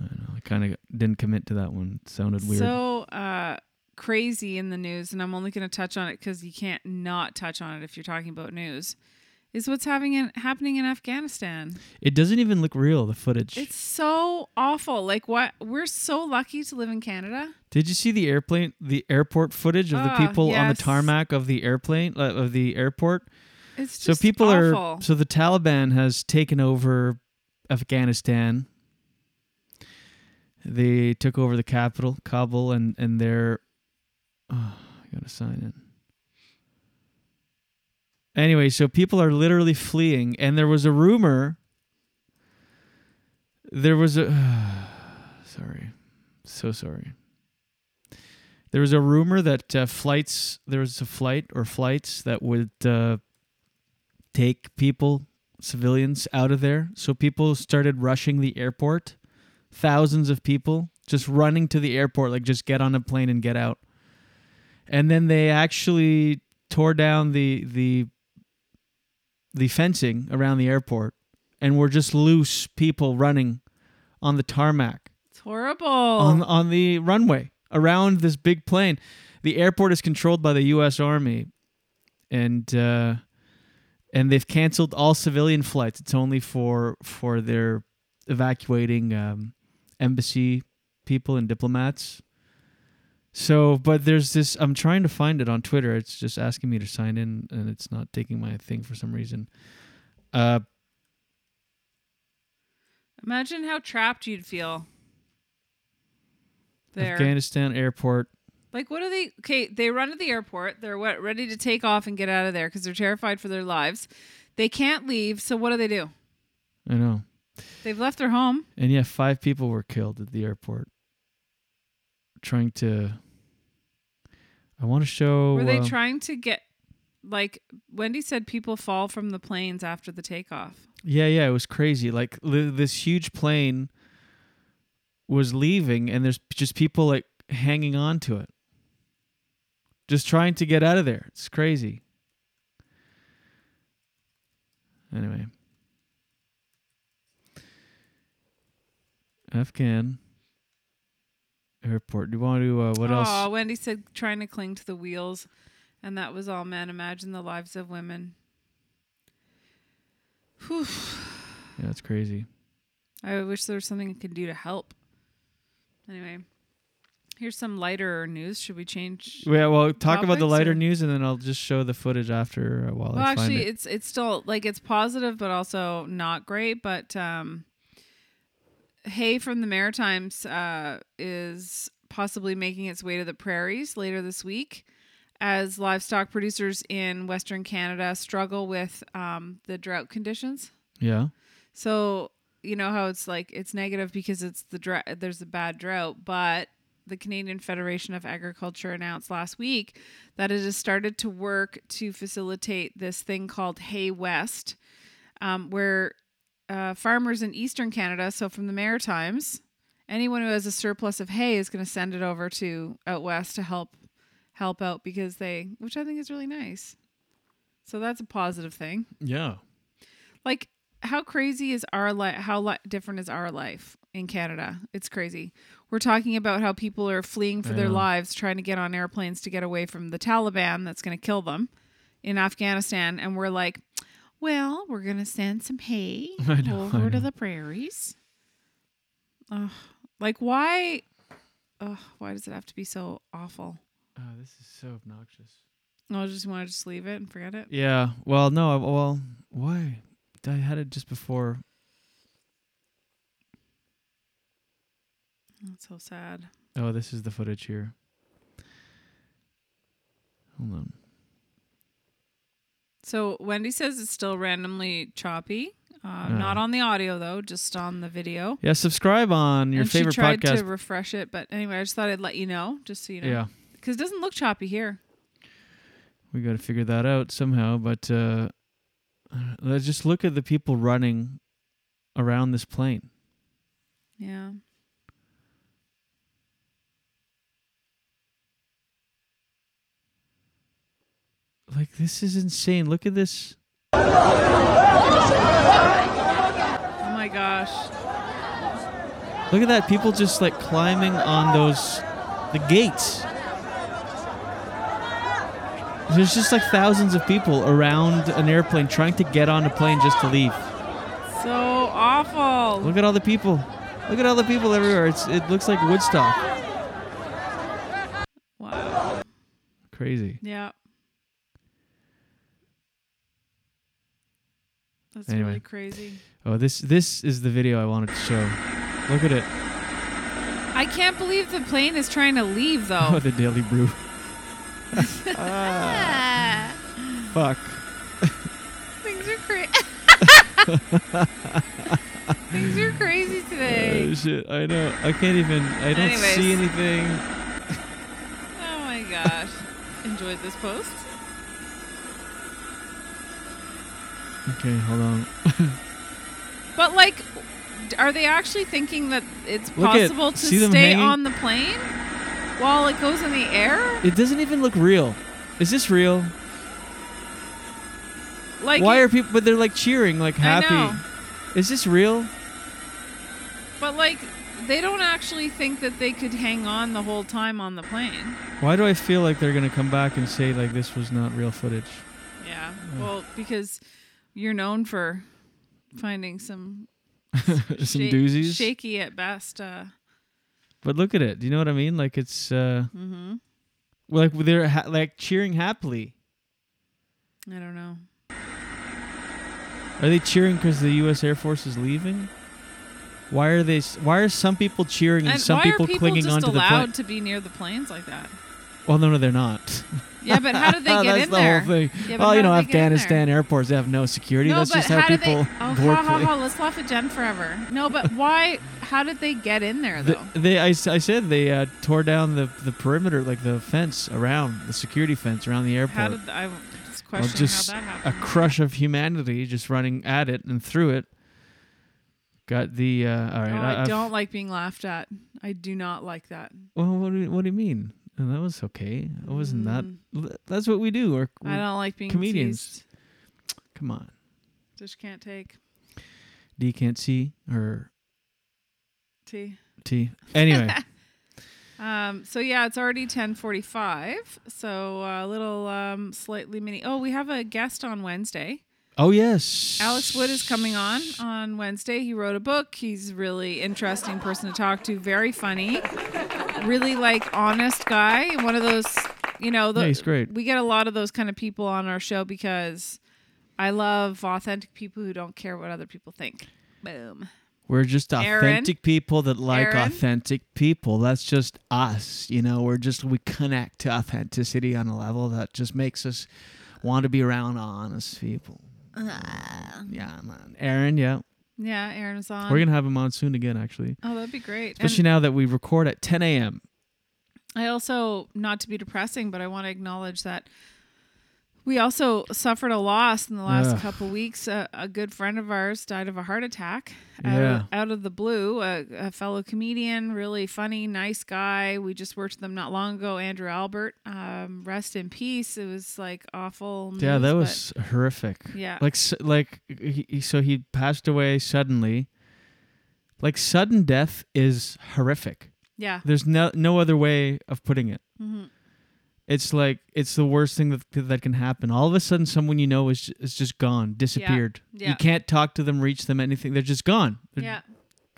Speaker 1: I don't know. I kind of didn't commit to that one. It sounded weird.
Speaker 5: So uh, crazy in the news, and I'm only going to touch on it because you can't not touch on it if you're talking about news. Is what's having in, happening in Afghanistan.
Speaker 1: it doesn't even look real. The footage.
Speaker 5: It's so awful. Like what we're so lucky to live in Canada.
Speaker 1: Did you see the airplane, the airport footage of the
Speaker 5: Ah,
Speaker 1: people on the
Speaker 5: yes.
Speaker 1: tarmac of the airplane uh, of the airport?
Speaker 5: It's
Speaker 1: so
Speaker 5: just
Speaker 1: people are
Speaker 5: awful.
Speaker 1: so the Taliban has taken over Afghanistan. They took over the capital, Kabul, and and they're. Oh, I gotta sign it. Anyway, so people are literally fleeing, and there was a rumor. There was a. [sighs] sorry, so sorry. There was a rumor that uh, flights, there was a flight or flights that would uh, take people, civilians, out of there. So people started rushing the airport. Thousands of people just running to the airport, like just get on a plane and get out. And then they actually tore down the the the fencing around the airport, and were just loose people running on the tarmac
Speaker 5: It's horrible. Oh.
Speaker 1: on on the runway around this big plane. The airport is controlled by the U.S. Army, and uh, and they've canceled all civilian flights. It's only for for their evacuating um, embassy people and diplomats. So, but there's this. I'm trying to find it on Twitter. It's just asking me to sign in, and it's not taking my thing for some reason. Uh,
Speaker 5: Imagine how trapped you'd feel. There.
Speaker 1: Afghanistan airport.
Speaker 5: Like, what are they? Okay, they run to the airport. They're what, ready to take off and get out of there because they're terrified for their lives. They can't leave. So, what do they do?
Speaker 1: I know.
Speaker 5: They've left their home.
Speaker 1: And yeah, five people were killed at the airport trying to. I want to show.
Speaker 5: Were they
Speaker 1: uh,
Speaker 5: trying to get, like, Wendy said people fall from the planes after the takeoff.
Speaker 1: Yeah, yeah, it was crazy. Like li- this huge plane was leaving, and there's just people like hanging on to it, just trying to get out of there. It's crazy. Anyway, Afghan airport. Do you want to? Uh, what else?
Speaker 5: Oh, Wendy said trying to cling to the wheels. And that was all men. Imagine the lives of women. Whew.
Speaker 1: Yeah, it's crazy.
Speaker 5: I wish there was something I could do to help. Anyway, here's some lighter news. Should we change?
Speaker 1: Yeah, well, talk about the
Speaker 5: topics
Speaker 1: lighter
Speaker 5: or-
Speaker 1: news, and then I'll just show the footage after uh, while
Speaker 5: Well,
Speaker 1: I find
Speaker 5: actually,
Speaker 1: it.
Speaker 5: it's it's still like it's positive, but also not great. But um, hay from the Maritimes uh, is possibly making its way to the prairies later this week, as livestock producers in Western Canada struggle with um, the drought conditions.
Speaker 1: Yeah.
Speaker 5: So you know how it's like it's negative because it's the drought. There's a bad drought, but the Canadian Federation of Agriculture announced last week that it has started to work to facilitate this thing called Hay West, um, where uh, farmers in Eastern Canada, so from the Maritimes, anyone who has a surplus of hay is going to send it over to out west to help help out because they, which I think is really nice. So that's a positive thing
Speaker 1: Yeah.
Speaker 5: like how crazy is our life how li- different is our life in canada it's crazy we're talking about how people are fleeing for
Speaker 1: Yeah.
Speaker 5: their lives trying to get on airplanes to get away from the taliban that's going to kill them in afghanistan and we're like well we're going to send some hay
Speaker 8: [laughs] I know, I
Speaker 5: over to
Speaker 8: know.
Speaker 5: the prairies Ugh. like why Ugh, why does it have to be so awful
Speaker 1: Oh, this is so obnoxious.
Speaker 5: No, I just want to just leave it and forget it.
Speaker 1: Yeah. Well, no. I- Well, why? I had it just before.
Speaker 5: That's so sad.
Speaker 1: Oh, this is the footage here. Hold on.
Speaker 5: So Wendy says it's still randomly choppy. Uh,
Speaker 1: Yeah.
Speaker 5: Not on the audio though, just on the video.
Speaker 1: Yeah, subscribe on your
Speaker 5: and
Speaker 1: favorite
Speaker 5: she tried
Speaker 1: podcast.
Speaker 5: to refresh it, but anyway, I just thought I'd let you know, just so you know.
Speaker 1: Yeah.
Speaker 5: Because it doesn't look choppy here.
Speaker 1: we got to figure that out somehow. But uh, let's just look at the people running around this plane.
Speaker 5: Yeah.
Speaker 1: Like this is insane. Look at this.
Speaker 5: Oh my gosh.
Speaker 1: Look at that. People just like climbing on those the gates. There's just like thousands of people around an airplane trying to get on a plane just to leave.
Speaker 5: So awful.
Speaker 1: Look at all the people. Look at all the people everywhere. It's it looks like Woodstock.
Speaker 5: Wow.
Speaker 1: Crazy.
Speaker 5: Yeah. That's
Speaker 1: anyway.
Speaker 5: really crazy.
Speaker 1: Oh, this this is the video I wanted to show. Look at it.
Speaker 5: I can't believe the plane is trying to leave
Speaker 1: Oh,
Speaker 5: though.
Speaker 1: the Daily Brew. [laughs] Fuck.
Speaker 5: Things are crazy. [laughs] Things are crazy
Speaker 1: [laughs]
Speaker 5: today.
Speaker 1: Oh, shit, I know. I can't even. I don't
Speaker 5: Anyways.
Speaker 1: see anything.
Speaker 5: Oh my gosh. Enjoyed this post?
Speaker 1: Okay, hold on.
Speaker 5: But like d- are they actually thinking that it's
Speaker 1: Look at-
Speaker 5: possible to
Speaker 1: see them
Speaker 5: stay
Speaker 1: hanging?
Speaker 5: on the plane while it goes in the air?
Speaker 1: It doesn't even look real. Is this real?
Speaker 5: Like
Speaker 1: Why
Speaker 5: it-
Speaker 1: are people? But they're like cheering, like
Speaker 5: I
Speaker 1: happy.
Speaker 5: know.
Speaker 1: Is this real?
Speaker 5: but like they don't actually think that they could hang on the whole time on the plane.
Speaker 1: Why do I feel like they're gonna come back and say like this was not real footage?
Speaker 5: [laughs] Yeah.
Speaker 1: Yeah.
Speaker 5: Well, because you're known for finding some
Speaker 1: Some
Speaker 5: shak-
Speaker 1: doozies.
Speaker 5: shaky at best. Uh,
Speaker 1: But look at it. Do you know what I mean? Like it's uh,
Speaker 5: hmm
Speaker 1: like they're ha- like cheering happily.
Speaker 5: I don't know.
Speaker 1: Are they cheering because the U.S. Air Force is leaving? Why are they? s- Why are some people cheering and,
Speaker 5: And
Speaker 1: some
Speaker 5: why
Speaker 1: people,
Speaker 5: are people
Speaker 1: clinging
Speaker 5: just
Speaker 1: onto the
Speaker 5: allowed
Speaker 1: plane?
Speaker 5: to be near the planes like that?
Speaker 1: Well, no, no, they're not.
Speaker 5: Yeah, but
Speaker 1: [laughs]
Speaker 5: how do they get
Speaker 1: Oh, That's
Speaker 5: in
Speaker 1: the
Speaker 5: there?
Speaker 1: whole thing.
Speaker 5: Yeah, but
Speaker 1: well,
Speaker 5: how
Speaker 1: you
Speaker 5: do
Speaker 1: know,
Speaker 5: they get in there?
Speaker 1: Afghanistan airports they have no security.
Speaker 5: No,
Speaker 1: That's
Speaker 5: but
Speaker 1: just
Speaker 5: how
Speaker 1: how,
Speaker 5: do
Speaker 1: people
Speaker 5: They, oh,
Speaker 1: [laughs] board
Speaker 5: ha, ha,
Speaker 1: plane-
Speaker 5: ha, let's laugh at Jen forever. No, but why? How did they get in there
Speaker 1: The-
Speaker 5: though?
Speaker 1: they, I, s- I said they uh, tore down the, the perimeter, like the fence around the security fence around the airport.
Speaker 5: how did I was
Speaker 1: Well,
Speaker 5: questioning
Speaker 1: just
Speaker 5: how that
Speaker 1: a
Speaker 5: happened?
Speaker 1: crush of humanity just running at it and through it. Got the uh, all right.
Speaker 5: Oh,
Speaker 1: I,
Speaker 5: I
Speaker 1: I've-
Speaker 5: don't like being laughed at. I do not like that.
Speaker 1: Well, what do you, what do you mean? Oh, that was okay. It wasn't that. That's what we do. We're,
Speaker 5: Mm. I don't like being
Speaker 1: comedians. Come on,
Speaker 5: Just can't take
Speaker 1: D can't see or
Speaker 5: tea.
Speaker 1: T.
Speaker 5: [laughs]
Speaker 1: Anyway,
Speaker 5: Um, so yeah, it's already 10:45. So a little um, slightly mini. Oh, we have a guest on Wednesday.
Speaker 1: oh yes,
Speaker 5: Alex Wood is coming on on Wednesday. He wrote a book. He's really interesting person to talk to. Very funny, really like honest guy. One of those, you know, the,
Speaker 1: Yeah, he's great.
Speaker 5: We get a lot of those kind of people on our show because I love authentic people who don't care what other people think. Boom.
Speaker 1: We're just
Speaker 5: Aaron?
Speaker 1: authentic people that like
Speaker 5: Aaron?
Speaker 1: authentic people. That's just us, you know. We're just we connect to authenticity on a level that just makes us want to be around honest people.
Speaker 5: Uh.
Speaker 1: Yeah, man. Aaron, yeah,
Speaker 5: Yeah, Aaron is on.
Speaker 1: we're gonna have him on soon again, actually.
Speaker 5: Oh, that'd be great. Um, And-
Speaker 1: Especially now that we record at 10 a.m.
Speaker 5: I also, not to be depressing, but I want to acknowledge that we also suffered a loss in the last
Speaker 1: Ugh.
Speaker 5: couple weeks. A, a good friend of ours died of a heart attack
Speaker 1: Yeah.
Speaker 5: out, out of the blue. A, a fellow comedian, really funny, nice guy. We just worked with him not long ago, Andrew Albert. Um, rest in peace. It was like awful.
Speaker 1: yeah,
Speaker 5: news,
Speaker 1: that
Speaker 5: but-
Speaker 1: was horrific.
Speaker 5: Mm, Yeah.
Speaker 1: like s- like he, he- so he passed away suddenly. Like sudden death is horrific.
Speaker 5: Yeah.
Speaker 1: there's no no other way of putting it.
Speaker 5: Mhm.
Speaker 1: It's like it's the worst thing that that can happen. All of a sudden, someone you know is is just gone, disappeared.
Speaker 5: Yeah.
Speaker 1: You can't talk to them, reach them, anything. They're just gone. They're
Speaker 5: Yeah.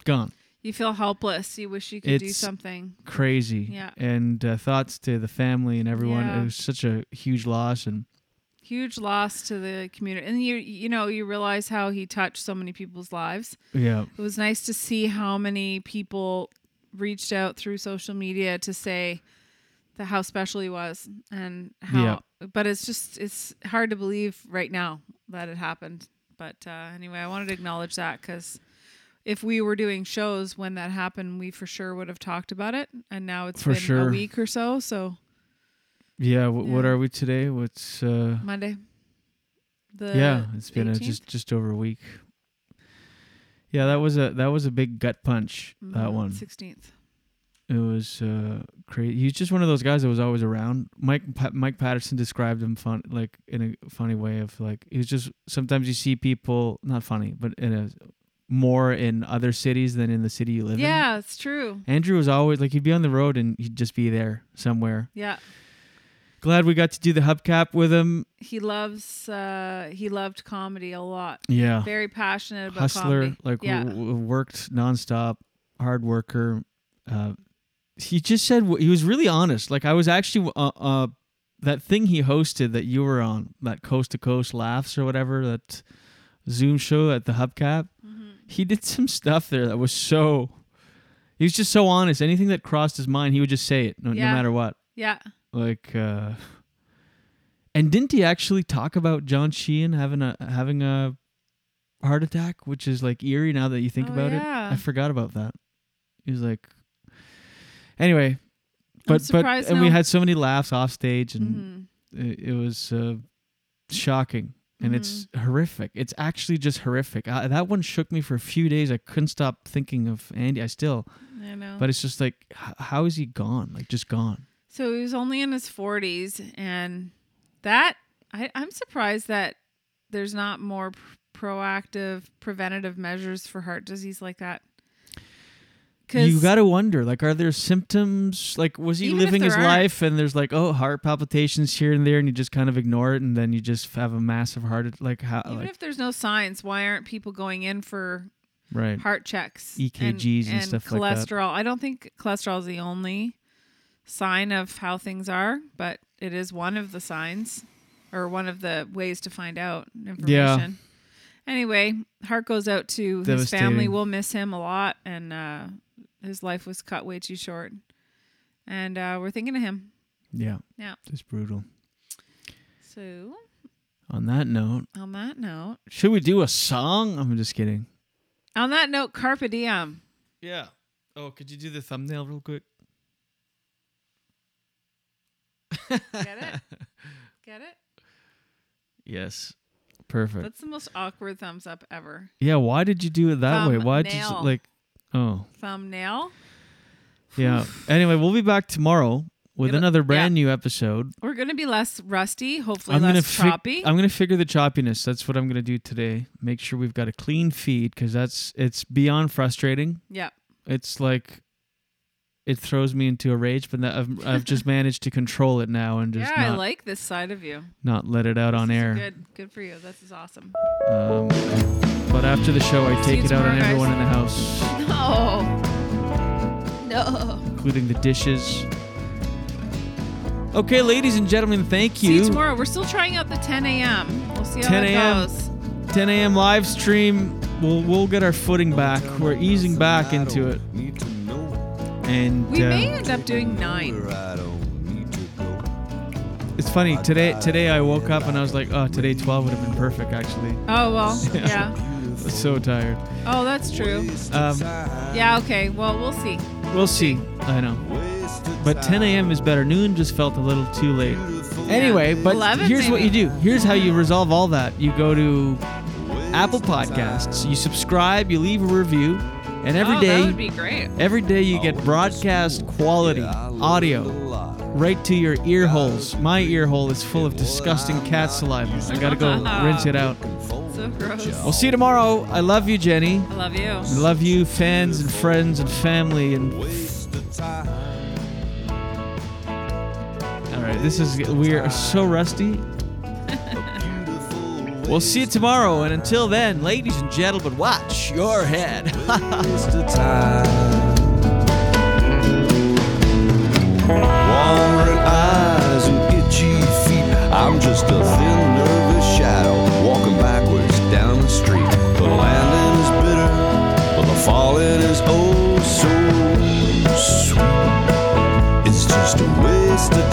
Speaker 1: gone.
Speaker 5: You feel helpless. You wish you could do something.
Speaker 1: Crazy.
Speaker 5: Yeah.
Speaker 1: And uh, thoughts to the family and everyone.
Speaker 5: Yeah.
Speaker 1: It was such a huge loss, and
Speaker 5: Huge loss to the community. And you you know, you realize how he touched so many people's lives.
Speaker 1: Yeah.
Speaker 5: It was nice to see how many people reached out through social media to say the how special he was and how but it's just it's hard to believe right now that it happened. But uh, anyway, I wanted to acknowledge that because if we were doing shows when that happened, we for sure would have talked about it. And now it's
Speaker 1: For
Speaker 5: been a
Speaker 1: sure.
Speaker 5: week or so. So
Speaker 1: yeah. W- What
Speaker 5: Yeah.
Speaker 1: are we today? What's uh,
Speaker 5: Monday. The
Speaker 1: yeah? It's been a,
Speaker 5: 18th?
Speaker 1: just just over a week. Yeah, that was a that was a big gut punch. That
Speaker 5: Mhm,
Speaker 1: one.
Speaker 5: 16th.
Speaker 1: It was uh, crazy. He's just one of those guys that was always around. Mike pa- Mike Patterson described him fun like in a funny way of like he was just sometimes you see people not funny but in a more in other cities than in the city you live in.
Speaker 5: Yeah, it's true.
Speaker 1: Andrew was always like he'd be on the road and he'd just be there somewhere.
Speaker 5: Yeah.
Speaker 1: Glad we got to do the hubcap with him.
Speaker 5: He loves uh he loved comedy a lot.
Speaker 1: Yeah.
Speaker 5: Very passionate about
Speaker 1: Hustler,
Speaker 5: comedy.
Speaker 1: like
Speaker 5: yeah.
Speaker 1: w- w- worked nonstop, hard worker. Uh, he just said wh- he was really honest. Like I was actually uh, uh that thing he hosted that you were on, that coast to coast laughs or whatever, that Zoom show at the Hubcap.
Speaker 5: Mm-hmm.
Speaker 1: He did some stuff there that was so. He was just so honest. Anything that crossed his mind, he would just say it, no,
Speaker 5: Yeah.
Speaker 1: no matter what.
Speaker 5: Yeah.
Speaker 1: Like, uh, and didn't he actually talk about John Sheehan having a having a heart attack, which is like eerie now that you think
Speaker 5: Oh,
Speaker 1: about
Speaker 5: yeah.
Speaker 1: it? I forgot about that. He was like, anyway, but but
Speaker 5: surprised
Speaker 1: and we
Speaker 5: no- Mm-hmm.
Speaker 1: had so many laughs off stage, and it, it was uh, shocking. And it's
Speaker 5: Mm-hmm.
Speaker 1: horrific. It's actually just horrific. I, that one shook me for a few days. I couldn't stop thinking of Andy. I still,
Speaker 5: Mm-hmm. I know.
Speaker 1: But it's just like, h- how is he gone? Like just gone.
Speaker 5: So he was only in his 40s, and that I, I'm surprised that there's not more p- proactive preventative measures for heart disease like that.
Speaker 1: you gotta wonder like are there symptoms like was he
Speaker 5: Even if
Speaker 1: living his
Speaker 5: there aren't-
Speaker 1: life and there's like oh heart palpitations here and there and you just kind of ignore it and then you just have a massive heart at- like how
Speaker 5: Even
Speaker 1: like
Speaker 5: if there's no signs, why aren't people going in for
Speaker 1: Right.
Speaker 5: heart checks,
Speaker 1: EKGs and stuff like that.
Speaker 5: cholesterol? I don't think cholesterol is the only sign of how things are, but it is one of the signs or one of the ways to find out information. Anyway, heart goes out to his family.
Speaker 1: Devastating.
Speaker 5: We'll miss him a lot, and uh, his life was cut way too short. And uh, we're thinking of him.
Speaker 1: yeah
Speaker 5: Yeah.
Speaker 1: just brutal
Speaker 5: So,
Speaker 1: on that note
Speaker 5: on that note,
Speaker 1: should we do a song i'm just kidding
Speaker 5: on that note, carpe diem.
Speaker 1: Yeah. oh could you do the thumbnail real quick
Speaker 5: Get it?
Speaker 1: [laughs]
Speaker 5: Get it?
Speaker 1: yes perfect
Speaker 5: That's the most awkward thumbs up ever.
Speaker 1: yeah why did you do it that way why did you
Speaker 5: Thumbnail.
Speaker 1: like oh
Speaker 5: Thumbnail. [laughs]
Speaker 1: yeah anyway we'll be back tomorrow with another brand new episode
Speaker 5: We're gonna be less rusty, hopefully
Speaker 1: I'm gonna
Speaker 5: less
Speaker 1: fig-
Speaker 5: choppy.
Speaker 1: I'm gonna figure the choppiness. That's what I'm gonna do today. Make sure we've got a clean feed because that's it's beyond frustrating.
Speaker 5: Yeah.
Speaker 1: It's like it throws me into a rage, but that I've, I've
Speaker 5: [laughs]
Speaker 1: just managed to control it now and just
Speaker 5: yeah, I
Speaker 1: not,
Speaker 5: like this side of you.
Speaker 1: not let it out on
Speaker 5: This is
Speaker 1: air.
Speaker 5: Good, good for you. This is awesome.
Speaker 1: Um, but after the show, I
Speaker 5: See
Speaker 1: take
Speaker 5: you
Speaker 1: it out on
Speaker 5: tomorrow,
Speaker 1: everyone
Speaker 5: guys.
Speaker 1: in the house,
Speaker 5: No. No.
Speaker 1: including the dishes. Okay, ladies and gentlemen, thank
Speaker 5: See
Speaker 1: you.
Speaker 5: you tomorrow. We're still trying out the 10 a.m. We'll see how
Speaker 1: 10
Speaker 5: that
Speaker 1: a.m.
Speaker 5: goes.
Speaker 1: 10 a.m. live stream. We'll we'll get our footing back. We're easing back into it. And
Speaker 5: We
Speaker 1: uh,
Speaker 5: may end up doing nine.
Speaker 1: it's funny today. Today I woke up and I was like, oh, today 12 would have been perfect actually. [laughs]
Speaker 5: Oh well. Yeah.
Speaker 1: so tired.
Speaker 5: Oh, that's true.
Speaker 1: Um,
Speaker 5: Yeah. Okay. Well, we'll see.
Speaker 1: we'll see. I know. But 10 a.m. is better. Noon just felt a little too late. Anyway, but
Speaker 5: 11
Speaker 1: here's what you
Speaker 5: maybe.
Speaker 1: do. Here's how you resolve all that. You go to Apple Podcasts. You subscribe. You leave a review. And every
Speaker 5: Oh,
Speaker 1: day,
Speaker 5: that would be great.
Speaker 1: Every day you get broadcast quality audio right to your ear holes. My ear hole is full of disgusting cat saliva. I gotta go rinse it out.
Speaker 5: So gross.
Speaker 1: We'll see you tomorrow. I love you, Jenny.
Speaker 5: I love you.
Speaker 1: I love you, fans and friends and family and. All right, this is we are so rusty. We'll see you tomorrow, and until then, ladies and gentlemen, watch your head. [laughs]
Speaker 8: Wandering eyes and itchy feet. I'm just a thin, nervous shadow walking backwards down the street. The landing is bitter, but the falling is oh so sweet. It's just a waste of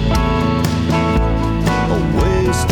Speaker 8: A waste